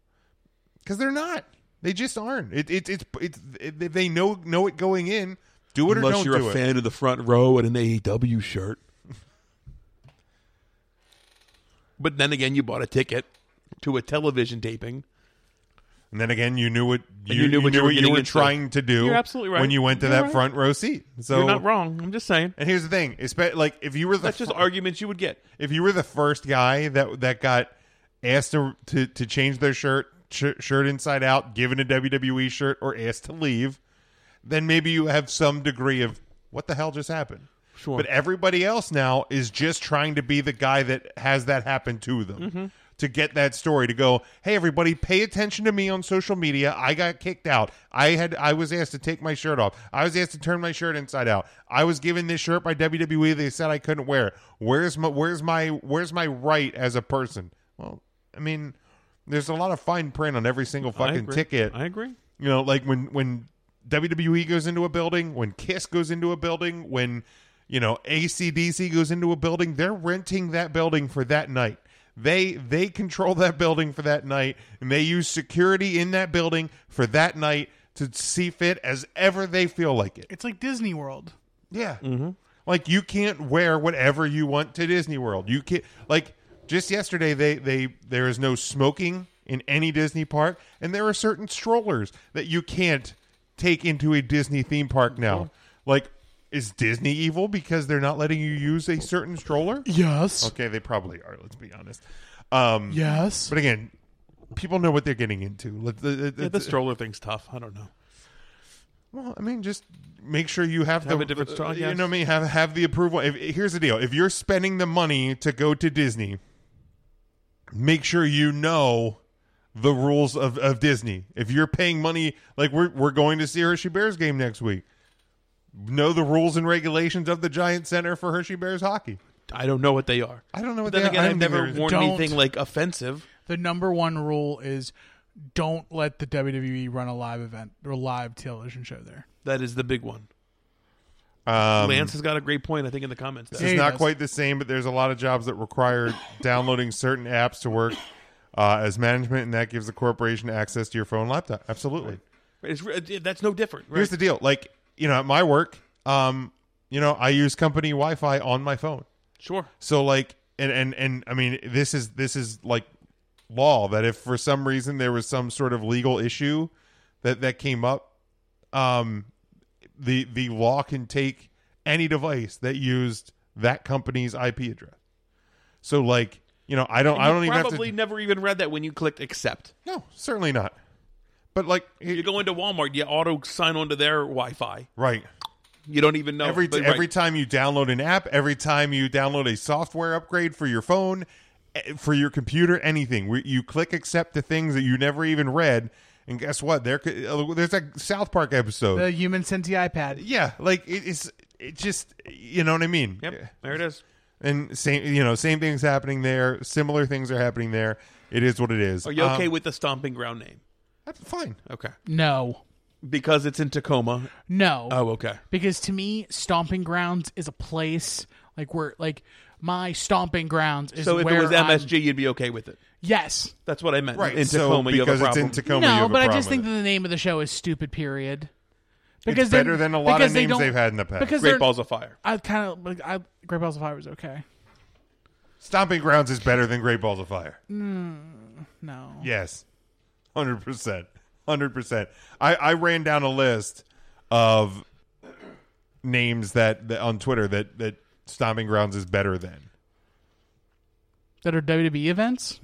Cuz they're not. They just aren't. It, it, it's it's it, they know know it going in. Do it or unless don't you're do a it. fan of the front row and an AEW shirt. but then again you bought a ticket to a television taping. And then again, you knew what you, you knew you what you were you getting were into. trying to do. You're absolutely right. When you went to You're that right. front row seat, so You're not wrong. I'm just saying. And here's the thing: espe- like if you were the That's just fir- arguments you would get. if you were the first guy that that got asked to to, to change their shirt sh- shirt inside out, given a WWE shirt, or asked to leave, then maybe you have some degree of what the hell just happened. Sure. But everybody else now is just trying to be the guy that has that happen to them. To get that story to go, hey everybody, pay attention to me on social media. I got kicked out. I had I was asked to take my shirt off. I was asked to turn my shirt inside out. I was given this shirt by WWE. They said I couldn't wear. it. Where's my where's my where's my right as a person? Well, I mean, there's a lot of fine print on every single I fucking agree. ticket. I agree. You know, like when when WWE goes into a building, when Kiss goes into a building, when you know ACDC goes into a building, they're renting that building for that night. They they control that building for that night, and they use security in that building for that night to see fit as ever they feel like it. It's like Disney World. Yeah. Mm-hmm. Like you can't wear whatever you want to Disney World. You can like just yesterday they they there is no smoking in any Disney park and there are certain strollers that you can't take into a Disney theme park now. Like is Disney evil because they're not letting you use a certain stroller? Yes. Okay, they probably are, let's be honest. Um Yes. but again, people know what they're getting into. Let- let- let- Yeah, the stroller thing's tough. I don't know. Well, I mean, just make sure you have, Have the a different straw, You yes. know what I mean? Have have the approval. If, here's the deal: if you're spending the money to go to Disney, make sure you know the rules of, of Disney. If you're paying money, like we're we're going to see a Hershey Bears game next week, know the rules and regulations of the Giant Center for Hershey Bears hockey. I don't know what they are. I don't know what But then they are. again, I I've don't think never there is- worn Don't. anything like offensive. The number one rule is don't let E the WWE run a live event or live television show there. That is the big one. Um, Lance has got a great point, I think, in the comments. This There. is Yeah, he not does. quite the same, but there's a lot of jobs that require downloading certain apps to work uh, as management, and that gives the corporation access to your phone, laptop. Absolutely. It's re- it- that's no different. Right? Here's the deal: like you know, at my work, um, you know, I use company Wi-Fi on my phone. sure. So like, and and and I mean, this is this is like law that if for some reason there was some sort of legal issue that that came up, um, the the law can take any device that used that company's IP address. So like, you know, I don't I don't you even have probably to. never even read that when you clicked accept. No, certainly not. But like, You go into Walmart, you auto sign onto their Wi-Fi. right. You don't even know every but right. every time you download an app, every time you download a software upgrade for your phone, eh, for your computer, anything, where you click accept to things that you never even read, and guess what? There, could- uh, there's a South Park episode. The human sentient iPad. yeah, like it, it's it just you know what I mean. Yep, there it is. And same you know same things happening there. Similar things are happening there. It is what it is. Are you okay Um, with the stomping ground name? that's fine. Okay, No, because it's in Tacoma. no. Oh, okay. because to me, stomping grounds is a place like where like my stomping grounds is So if where it was I'm- MSG, you'd be okay with it. yes. That's what I meant. Right. in so Tacoma, you have because a it's problem. in Tacoma, you No, have a but I problem just think with that it. the name of the show is stupid. Period. it's they're- better than a lot of because they names don't- they've had in the past. Because Great they're- Balls of Fire. I kind of like I Great Balls of Fire was okay. Stomping Grounds is better than Great Balls of Fire. No. Yes. 100%. 100%. I, I ran down a list of names that, that on Twitter that, that Stomping Grounds is better than. That are WWE events.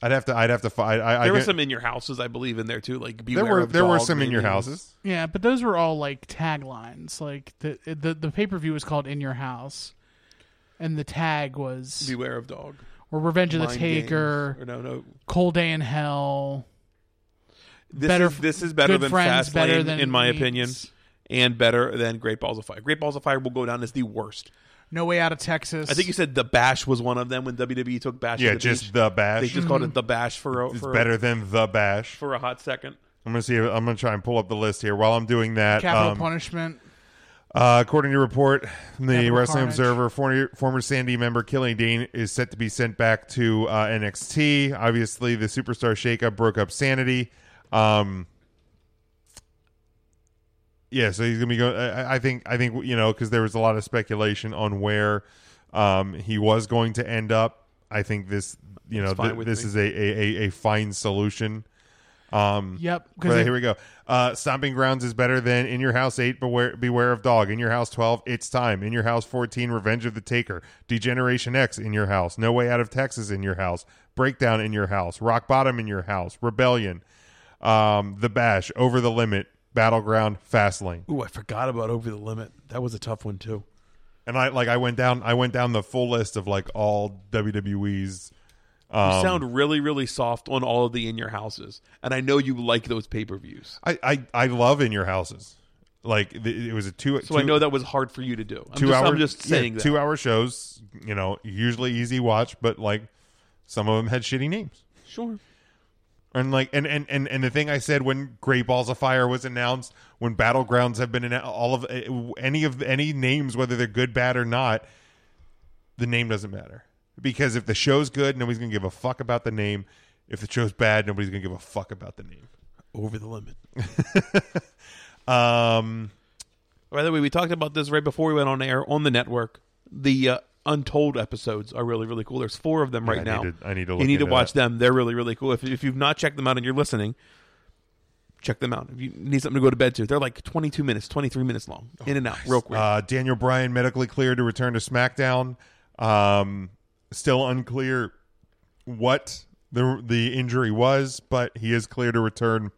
I'd have to I'd have to find I, I There were get- some in your houses, I believe, in there too. Like there beware were of there were dog, some in your maybe. houses. Yeah, but those were all like taglines. Like the the the pay per view was called In Your House, and the tag was Beware of dog. or Revenge of the Mind Games. Taker, Or no, no. Cold Day in Hell. This Better- is this is better Good than Friends, Fastlane, better than in my Meats. opinion, and better than Great Balls of Fire. Great Balls of Fire will go down as the worst. No way out of Texas. I think you said the Bash was one of them when WWE took Bash. to Yeah, the just beach. the They bash. just called Mm-hmm. it the Bash for a, it's for a- better than the bash. for a hot second. I'm gonna see. if- I'm gonna try and pull up the list here while I'm doing that. capital um, punishment. Uh, according to a report from the Capital Wrestling Carnage. Observer, former, former Sandy member Killing Dean is set to be sent back to uh, NXT. Obviously, the superstar shakeup broke up Sanity. Um, yeah, so he's gonna be going. I I think I think you know because there was a lot of speculation on where um, he was going to end up. I think this you know That's fine th- with this me. is a, a a a fine solution. Yep. Mm. Right, Because here we go. Uh, stomping grounds is better than in your house eight. Beware, beware of dog. In your house twelve, it's time. In your house fourteen, revenge of the taker. Degeneration X in your house. No way out of Texas in your house. Breakdown in your house. Rock bottom in your house. Rebellion. Um, the bash over the limit. Battleground fast lane. Ooh, I forgot about Over the Limit. That was a tough one too. And I like I went down. I went down the full list of like all WWE's. You Um, sound really, really soft on all of the in your houses, and I know you like those pay per views. I, I I love in your houses. Like the, it was a two. So I know that was hard for you to do. I'm two just, hour, I'm just yeah, saying that. two hour shows. You know, usually easy watch, but like some of them had shitty names. Sure. And like, and and and, and the thing I said when Great Balls of Fire was announced, when Battlegrounds have been in all of eh, any of any names, whether they're good, bad, or not, the name doesn't matter because if the show's good, nobody's gonna give a fuck about the name. If the show's bad, nobody's gonna give a fuck about the name. Over the limit. Um, By the way, we talked about this right before we went on air on the network. The uh, Untold episodes are really, really cool. There's four of them right I now. need to- I need to look you need into to watch that. them. They're really, really cool. If, if you've not checked them out and you're listening, check them out. If you need something to go to bed to, they're like 22 minutes, 23 minutes long, in and out, real quick. Uh, Daniel Bryan medically cleared to return to SmackDown. Um, still unclear what the the injury was, but he is clear to return.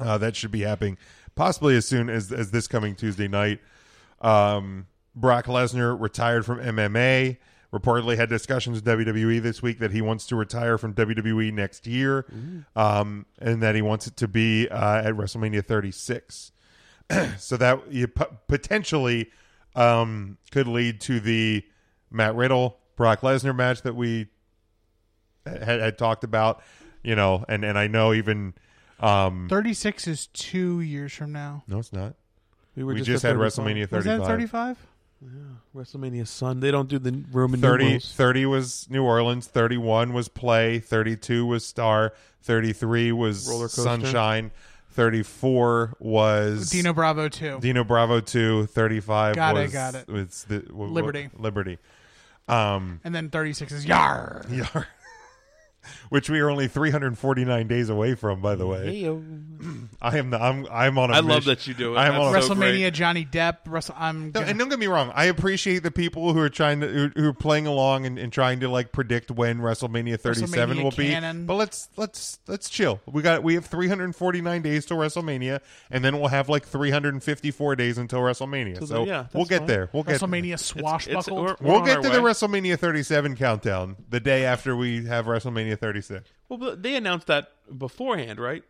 Uh, that should be happening possibly as soon as as this coming Tuesday night. Um, Brock Lesnar retired from MMA. Reportedly had discussions with WWE this week that he wants to retire from WWE next year, um, and that he wants it to be uh, at WrestleMania 36 so that you p- potentially um, could lead to the Matt Riddle Brock Lesnar match that we had, had talked about. You know, and and I know even um, thirty six is two years from now. no, it's not. We were We at just had 35. WrestleMania Was that 35. 35? WrestleMania Sun. They don't do the Roman 30, numerals. 30 was New Orleans, 31 was Play, 32 was Star, 33 was Roller coaster. Sunshine, 34 was Dino Bravo 2. Dino Bravo 2, 35 Got it, was, got it. was the, w- w- Liberty. Liberty. and then 36 is Yar. Yeah. Which we are only 349 days away from, by the way. Heyo. I am the, I'm I'm on a I love mission- that you do it. I'm That's on a- so WrestleMania, great. Johnny Depp. Wrestle, I'm No, gonna- and don't get me wrong. I appreciate the people who are trying to who, who are playing along and, and trying to like predict when WrestleMania 37 WrestleMania will be. canon. But let's let's let's chill. We got we have 349 days till WrestleMania, and then we'll have like 354 days until WrestleMania. So, so yeah, we'll that's get fine. there. We'll get there. WrestleMania It's- swashbuckled. we're- we're We'll on get our to the way. WrestleMania 37 countdown the day after we have WrestleMania 36. Well, but they announced that beforehand, right?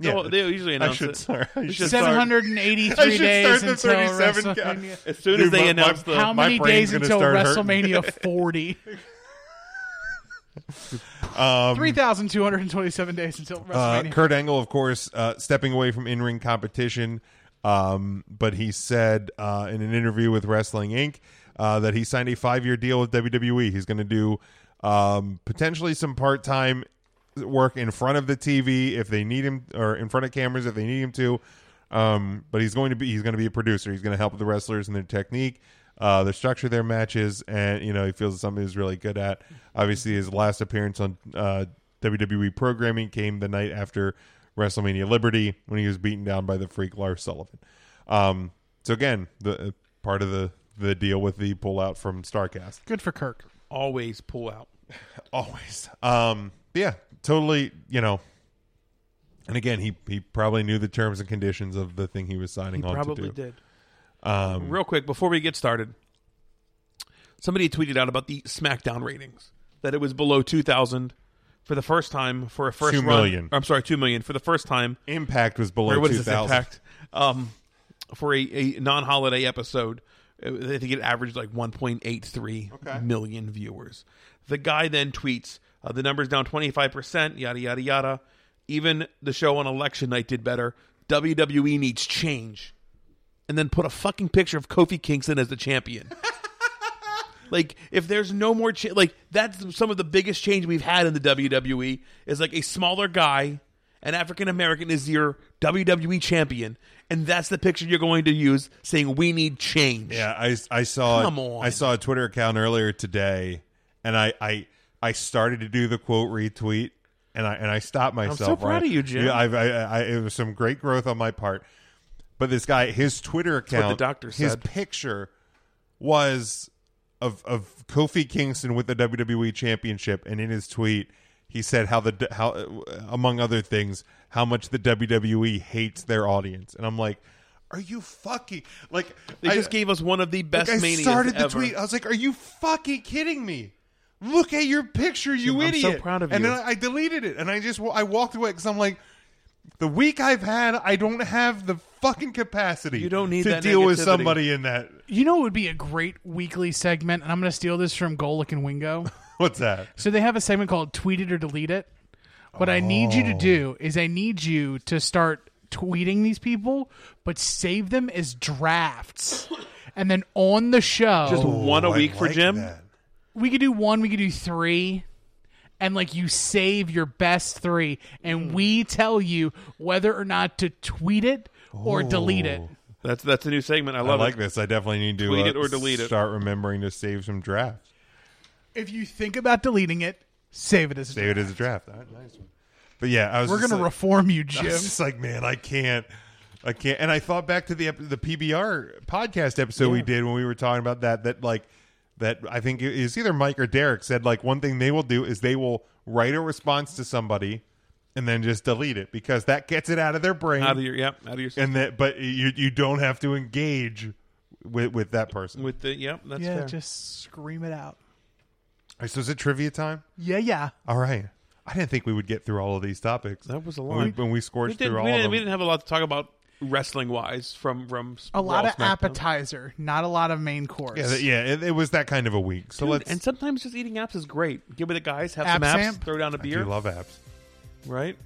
Yeah, Well, they usually I announce should it. sorry. I We should should start- 783 I should days start the until 37 count. WrestleMania. As soon as Dude, they my- my- announced the, How many brain's days gonna until start hurting. WrestleMania 40? Um, 3,227 days until Uh, WrestleMania. Kurt Angle, of course, uh, stepping away from in ring competition. Um, but he said uh, in an interview with Wrestling Inc. Uh, that he signed a five year deal with WWE. He's going to do um, potentially some part time work in front of the TV if they need him, or in front of cameras if they need him to. Um, but he's going to be he's going to be a producer. He's going to help the wrestlers in their technique, uh, their structure, their matches, and you know he feels it's something he's really good at. Obviously, his last appearance on uh, WWE programming came the night after WrestleMania Liberty when he was beaten down by the Freak Lars Sullivan. Um, so again, the uh, part of the the deal with the pullout from Starcast Good for Kirk. always pull out. always. Um, but yeah, totally. You know, and again, he he probably knew the terms and conditions of the thing he was signing He on to probably do. did. Real quick, before we get started, somebody tweeted out about the SmackDown ratings that it was below 2,000 for the first time for a first Two run- million. I'm sorry, 2 million for the first time. Impact was below Or what two is this thousand. impact? Um, for a, a non holiday episode, uh, I think it averaged like 1.83 million viewers. The guy then tweets uh, the numbers down 25%, yada, yada, yada. Even the show on election night did better. WWE needs change. And then put a fucking picture of Kofi Kingston as the champion. Like if there's no more cha- like that's some of the biggest change we've had in the WWE is like a smaller guy, an African American is your WWE champion, and that's the picture you're going to use saying we need change. Yeah, I I saw Come on. I saw a Twitter account earlier today, and I I I started to do the quote retweet, and I and I stopped myself. proud Ryan. of you, Jim. Yeah, I've, I, I, I it was some great growth on my part. But this guy, his Twitter what account, the doctor his said. picture was of of Kofi Kingston with the WWE Championship, and in his tweet, he said how the how uh, among other things how much the WWE hates their audience, and I'm like. Are you fucking like They I- just gave us one of the best like, I manias started the ever. tweet. uh, I was like, "Are you fucking kidding me? Look at your picture, you I'm idiot!" so proud of and you. then I, I deleted it, and I just wa- I walked away because I'm like, the week I've had, I don't have the fucking capacity. You don't need to that deal with negativity. somebody in that. You know what would be a great weekly segment? And I'm going to steal this from Golik and Wingo. What's that? So they have a segment called Tweet It or Delete It. What I need you to Oh. do is I need you to start tweeting these people, but save them as drafts. And then on the show, Just one a Oh, I week for like Jim. that. we could do one, we could do three. And like you save your best three, and we tell you whether or not to tweet it or delete it. That's that's a new segment. I I love like it. this. I definitely need to Tweet uh, it or delete it. Start remembering to save some drafts. If you think about deleting it, save it as a Save it as a draft. All right, nice one. But yeah, I was. We're just gonna like- reform you, I Jim. was just like, man, I can't, I can't. And I thought back to the ep- the PBR podcast episode we did when we were talking about that. That like that I think it is either Mike or Derek said like one thing they will do is they will write a response to somebody and then just delete it because that gets it out of their brain. Out of your yep, out of your and that, but you you don't have to engage with with that person. with the yep. That's yeah, fair. just scream it out. All right, so is it trivia time? Yeah, yeah. All right. I didn't think we would get through all of these topics. That was a When lot. we, when we we scorched didn't, through we all didn't- of them. we didn't have a lot to talk about wrestling wise from from A lot Raw, of SmackDown. appetizer, not a lot of main course. yeah, that- yeah it, it was that kind of a week. So Dude, let's and sometimes just eating apps is great. Give it the guys, have App some apps, Samp? throw down a I do beer, love apps. right?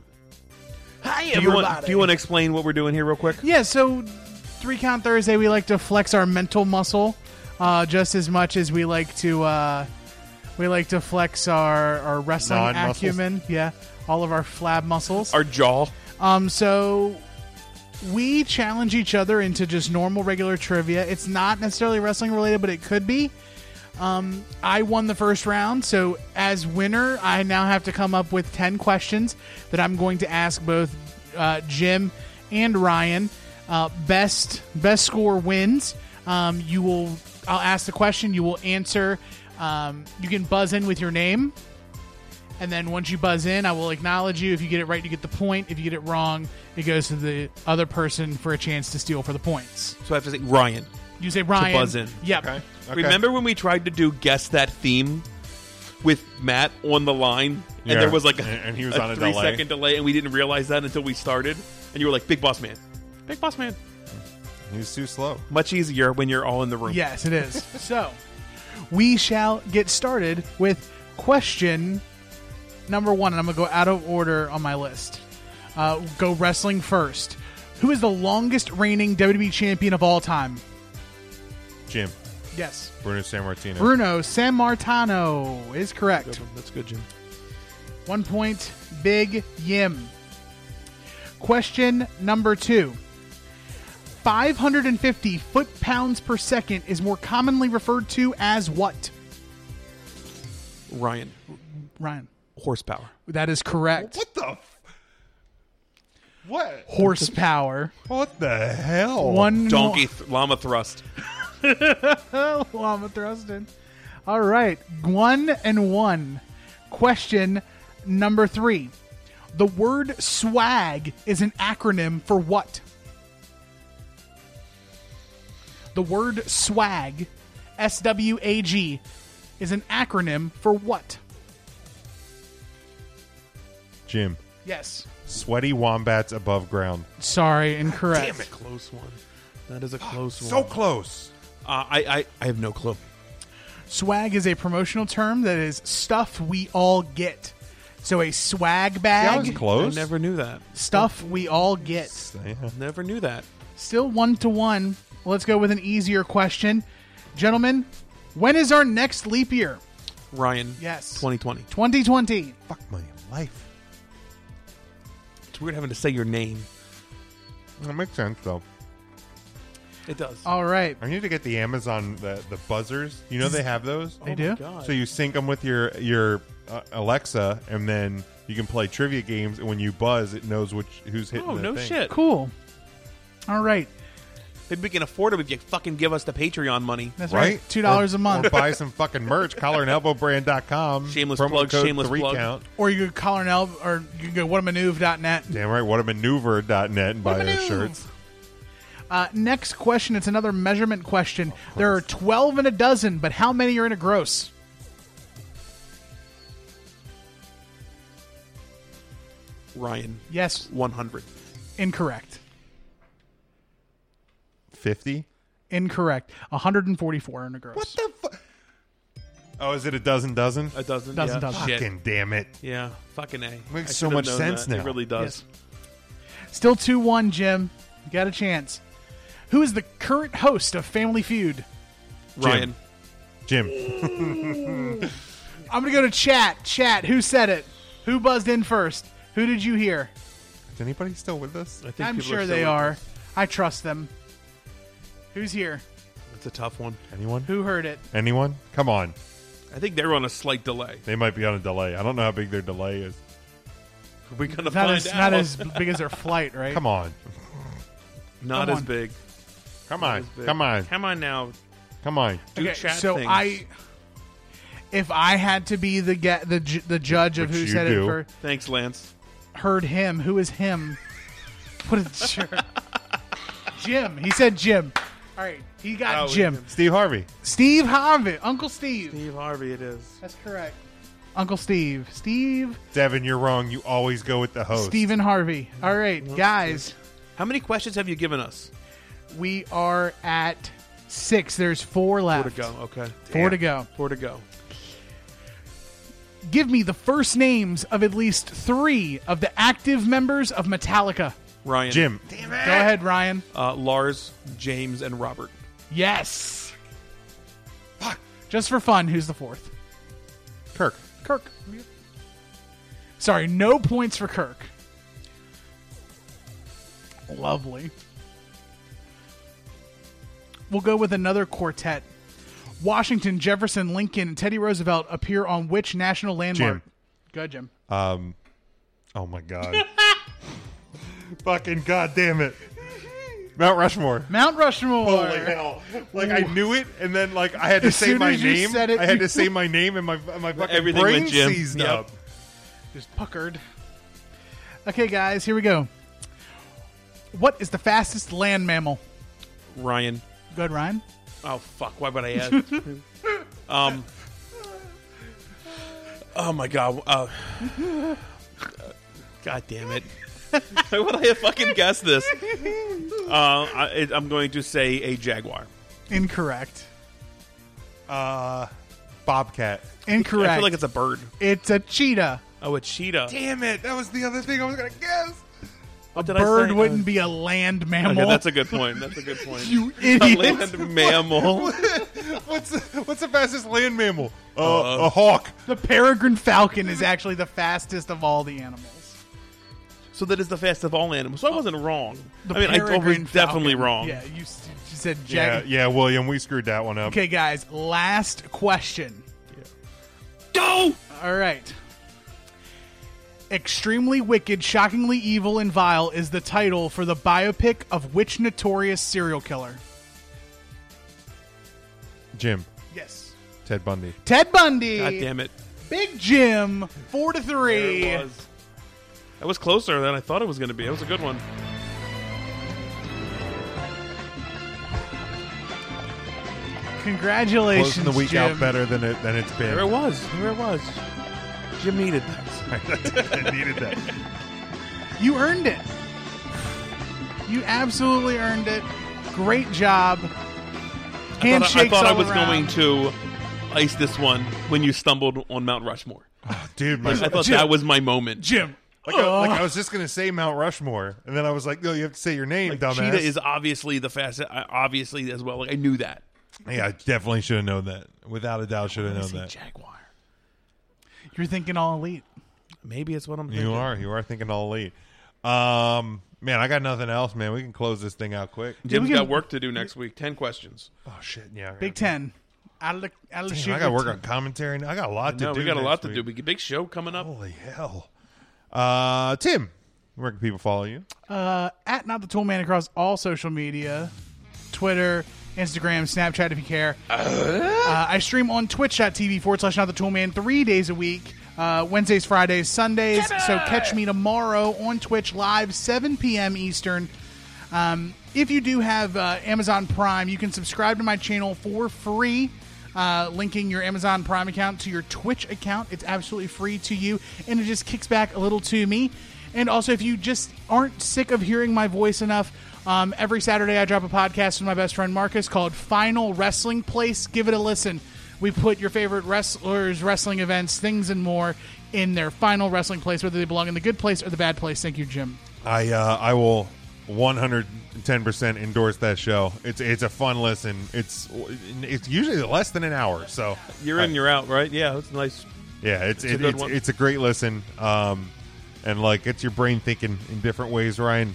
Hi, do you want everybody. Do you want to explain what we're doing here real quick? Yeah, so Three Count Thursday, we like to flex our mental muscle uh, just as much as we like to uh, we like to flex our, our wrestling Non-muscles. acumen. Yeah, all of our flab muscles. Our jaw. Um, so we challenge each other into just normal, regular trivia. It's not necessarily wrestling related, but it could be. Um, I won the first round, so as winner, I now have to come up with ten questions that I'm going to ask both uh, Jim and Ryan. Uh, best best score wins. Um, you will. I'll ask the question. You will answer. Um, you can buzz in with your name and then once you buzz in, I will acknowledge you. If you get it right, you get the point. If you get it wrong, it goes to the other person for a chance to steal for the points. So I have to say Ryan. You say Ryan. buzz in. Yep. Okay. okay. Remember when we tried to do guess that theme with Matt on the line, and Yeah. there was like a, And- and he was on a three delay. second delay, and we didn't realize that until we started, and you were like, "Big Boss Man, Big Boss Man." He was too slow. Much easier when you're all in the room. Yes, it is. so we shall get started with question number one, and I'm gonna go out of order on my list. Uh, go wrestling first. Who is the longest reigning WWE champion of all time? Jim, Yes. Bruno San Martino. Bruno San Martano is correct. That's good, Jim. One point, Big Yim. Question number two 550 foot pounds per second is more commonly referred to as what? Ryan, Ryan. horsepower. That is correct. what the? F- what? Horsepower. What the hell? One Donkey th- llama thrust. Oh, Llama thrusting. All right, one and one. Question number three. The word swag is an acronym for what? The word swag, S W A G, is an acronym for what? Jim, Yes. sweaty wombats above ground. Sorry, incorrect. Damn it, close one. That is a close one. Ah, So close. Uh, I, I I have no clue. Swag is a promotional term that is stuff we all get. So a swag That was bag, close. I never knew that. stuff we all get. Never knew that. Still one to one. Let's go with an easier question. Gentlemen, when is our next leap year? Ryan. Yes. 2020. 2020. Fuck my life. It's weird having to say your name. That makes sense though. It does. All right. I need to get the Amazon the the buzzers. You know they have those. They do? oh God. So you sync them with your your uh, Alexa, and then you can play trivia games. And when you buzz, it knows which who's hitting. oh the no thing. shit. Cool. All right. Maybe we can afford them if you fucking give us the Patreon money. That's right. Right, $2 Or- a month. Or buy some fucking merch. Collarandelbowbrand.com. Shameless promo plug, Code shameless three plug. Count. Or you could call an elb or you could go whatamaneuver.net. Damn right. Whatamaneuver.net and buy their Whatamaneuver. shirts. Uh, next question. It's another measurement question. There are 12 in a dozen, but how many are in a gross? Ryan. Yes. 100. Incorrect. Fifty. Incorrect. 144 in a gross. What the fuck? Oh, is it a dozen dozen? A dozen. Dozen, yeah. dozen. Shit. Fucking damn it. Yeah. Fucking A. Makes I so should've much known sense that. It now. really does. Still 2 1, Jim. You got a chance. Who is the current host of Family Feud? Ryan. Jim. I'm gonna go to chat. Chat. Who said it? Who buzzed in first? Who did you hear? Is anybody still with us? I think I'm people sure still they in are. this. I trust them. Who's here? It's a tough one. Anyone? Who heard it? Anyone? Come on. I think they're on a slight delay. They might be on a delay. I don't know how big their delay is. We're gonna Not find as out. not as big as their flight, right? Come on. Not Come as on. big. Come Not on. as big. Come on. Come on now. Come on. Do Okay, chat so things. I, if I had to be the ge- the ju- the judge of Which who you said it do. for Thanks, Lance. heard him, who is him? What a jerk. Jim. He said Jim. All right, he got Oh, Jim. Jim. Steve Harvey. Steve Harvey, Uncle Steve. Steve Harvey, it is. That's correct. Uncle Steve. Steve. Devin, you're wrong. You always go with the host. Stephen Harvey. All right, guys, How many questions have you given us? we are at six. There's four left. Four to go. Okay. Four to go. Four to go. Give me the first names of at least three of the active members of Metallica. Ryan, Jim. Damn it. Go ahead, Ryan. uh, Lars, James, and Robert. Yes. Fuck. Just for fun, who's the fourth? Kirk. Kirk. Sorry, no points for Kirk. Lovely. We'll go with another quartet. Washington, Jefferson, Lincoln, and Teddy Roosevelt appear on which national landmark? Jim. Go ahead, Jim. Um. Oh my god. Fucking goddamn it. Mount Rushmore. Mount Rushmore. Holy hell! Like I knew it, and then like I had to As say soon my as you name. said it, I had you- to say my name, and my my fucking Everything brain went Jim. seized Yep. up. Just puckered. Okay, guys, here we go. What is the fastest land mammal? Ryan. Good, Ryan. Oh fuck! Why would I add? um. Oh my god! Uh, god damn it! Why would I have fucking guessed this? Uh, I, it- I'm going to say a jaguar. Incorrect. Uh, Bobcat. Incorrect. I feel like it's a bird. It's a cheetah. Oh, a cheetah. Damn it! That was the other thing I was gonna guess. What did I Bird say? wouldn't be a land Uh, mammal. okay, that's a good point. That's a good point. you a idiot. land mammal. What's the, what's the fastest land mammal? Uh, Uh, a hawk. The peregrine falcon is actually the fastest of all the animals. So that is the fastest of all animals. So I wasn't wrong. The I mean, I I was peregrine definitely falcon. wrong. Yeah, you, s- you said Yeah, jaguar. yeah, William, we screwed that one up. Okay, guys, last question. Go! All right. Extremely Wicked, Shockingly Evil, and Vile is the title for the biopic of which notorious serial killer? Jim, Yes. Ted Bundy. Ted Bundy. God damn it. Big Jim. Four to There three. it was. That was closer than I thought it was going to be. That was a good one. Congratulations, Closing the week Jim. out better than it than it's There it been. was. There it was. Jim needed that. I needed that. You earned it. You absolutely earned it. Great job. Handshakes I thought I all was around. going to ice this one when you stumbled on Mount Rushmore. Ah, Dude, my, I thought that was my moment. Jim. Like, I, like, I was just gonna say Mount Rushmore, and then I was like, "No, you have to say your name, dumbass." Cheetah is obviously the fastest, I- obviously as well. Like I knew that. yeah, I definitely should have known that. Without a doubt, should have known that. Jaguar. You're thinking all elite. Maybe it's what I'm thinking. You are, you are thinking all elite. Um, man, I got nothing else, man. We can close this thing out quick. Jim's we can- got work to do next week. Ten questions. Oh shit, yeah. Big Ten. Out of the out of the Damn, chute I got to with work on commentary. now. I got a lot to No, do. we got a next lot to week. do. Oh. We got a big show coming up. Holy hell, uh, Tim. Where can people follow you? uh, at not the tool man across all social media twitter instagram snapchat if you care uh, i stream on twitch.tv forward slash not the tool man three days a week uh, wednesdays fridays sundays so catch me tomorrow on twitch live 7 p.m eastern um, if you do have uh, amazon prime you can subscribe to my channel for free uh, linking your Amazon Prime account to your Twitch account. It's absolutely free to you, and it just kicks back a little to me. And also, if you just aren't sick of hearing my voice enough, um, every Saturday I drop a podcast with my best friend Marcus called Final Wrestling Place. Give it a listen. We put your favorite wrestlers, wrestling events, things, and more in their final wrestling place, whether they belong in the good place or the bad place. Thank you, Jim. I uh, I will 110% endorse that show. It's it's a fun listen. It's it's usually less than an hour, so You're in, you're out, right? Yeah, that's nice. yeah, it's a it's good it's, one. it's a great listen. Um, and like it's your brain thinking in different ways. Ryan,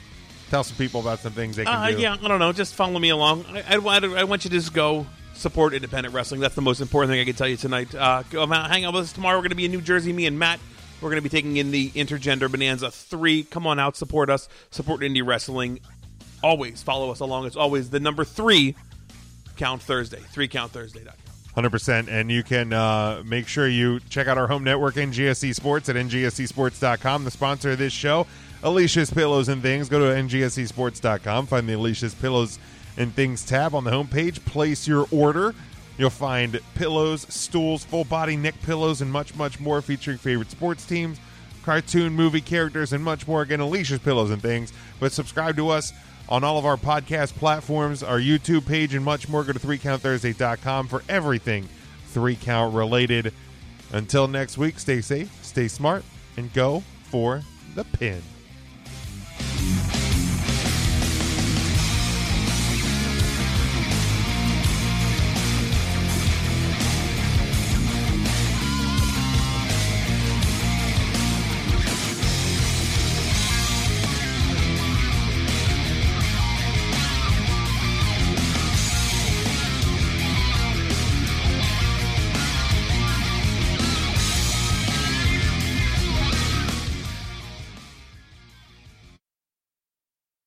tell some people about some things they can Uh, do. yeah, I don't know. Just follow me along. I, I, want- I want you to just go support independent wrestling. That's the most important thing I can tell you tonight. Uh, go out, hang out with us tomorrow. We're going to be in New Jersey. Me and Matt. We're going to be taking in the Intergender Bonanza three. Come on out, support us. Support indie wrestling. Always follow us along. It's always the number three count Thursday. Three count Thursday. Hundred percent, and you can uh, make sure you check out our home network, NGSC Sports, at ngscsports.com. The sponsor of this show, Alicia's Pillows and Things. Go to ngscsports.com, find the Alicia's Pillows and Things tab on the homepage. Place your order. You'll find pillows, stools, full body neck pillows, and much, much more, featuring favorite sports teams, cartoon, movie characters, and much more. Again, Alicia's Pillows and Things. But subscribe to us on all of our podcast platforms, our YouTube page, and much more. Go to 3countthursday.com for everything 3 count related. Until next week, stay safe, stay smart, and go for the pin.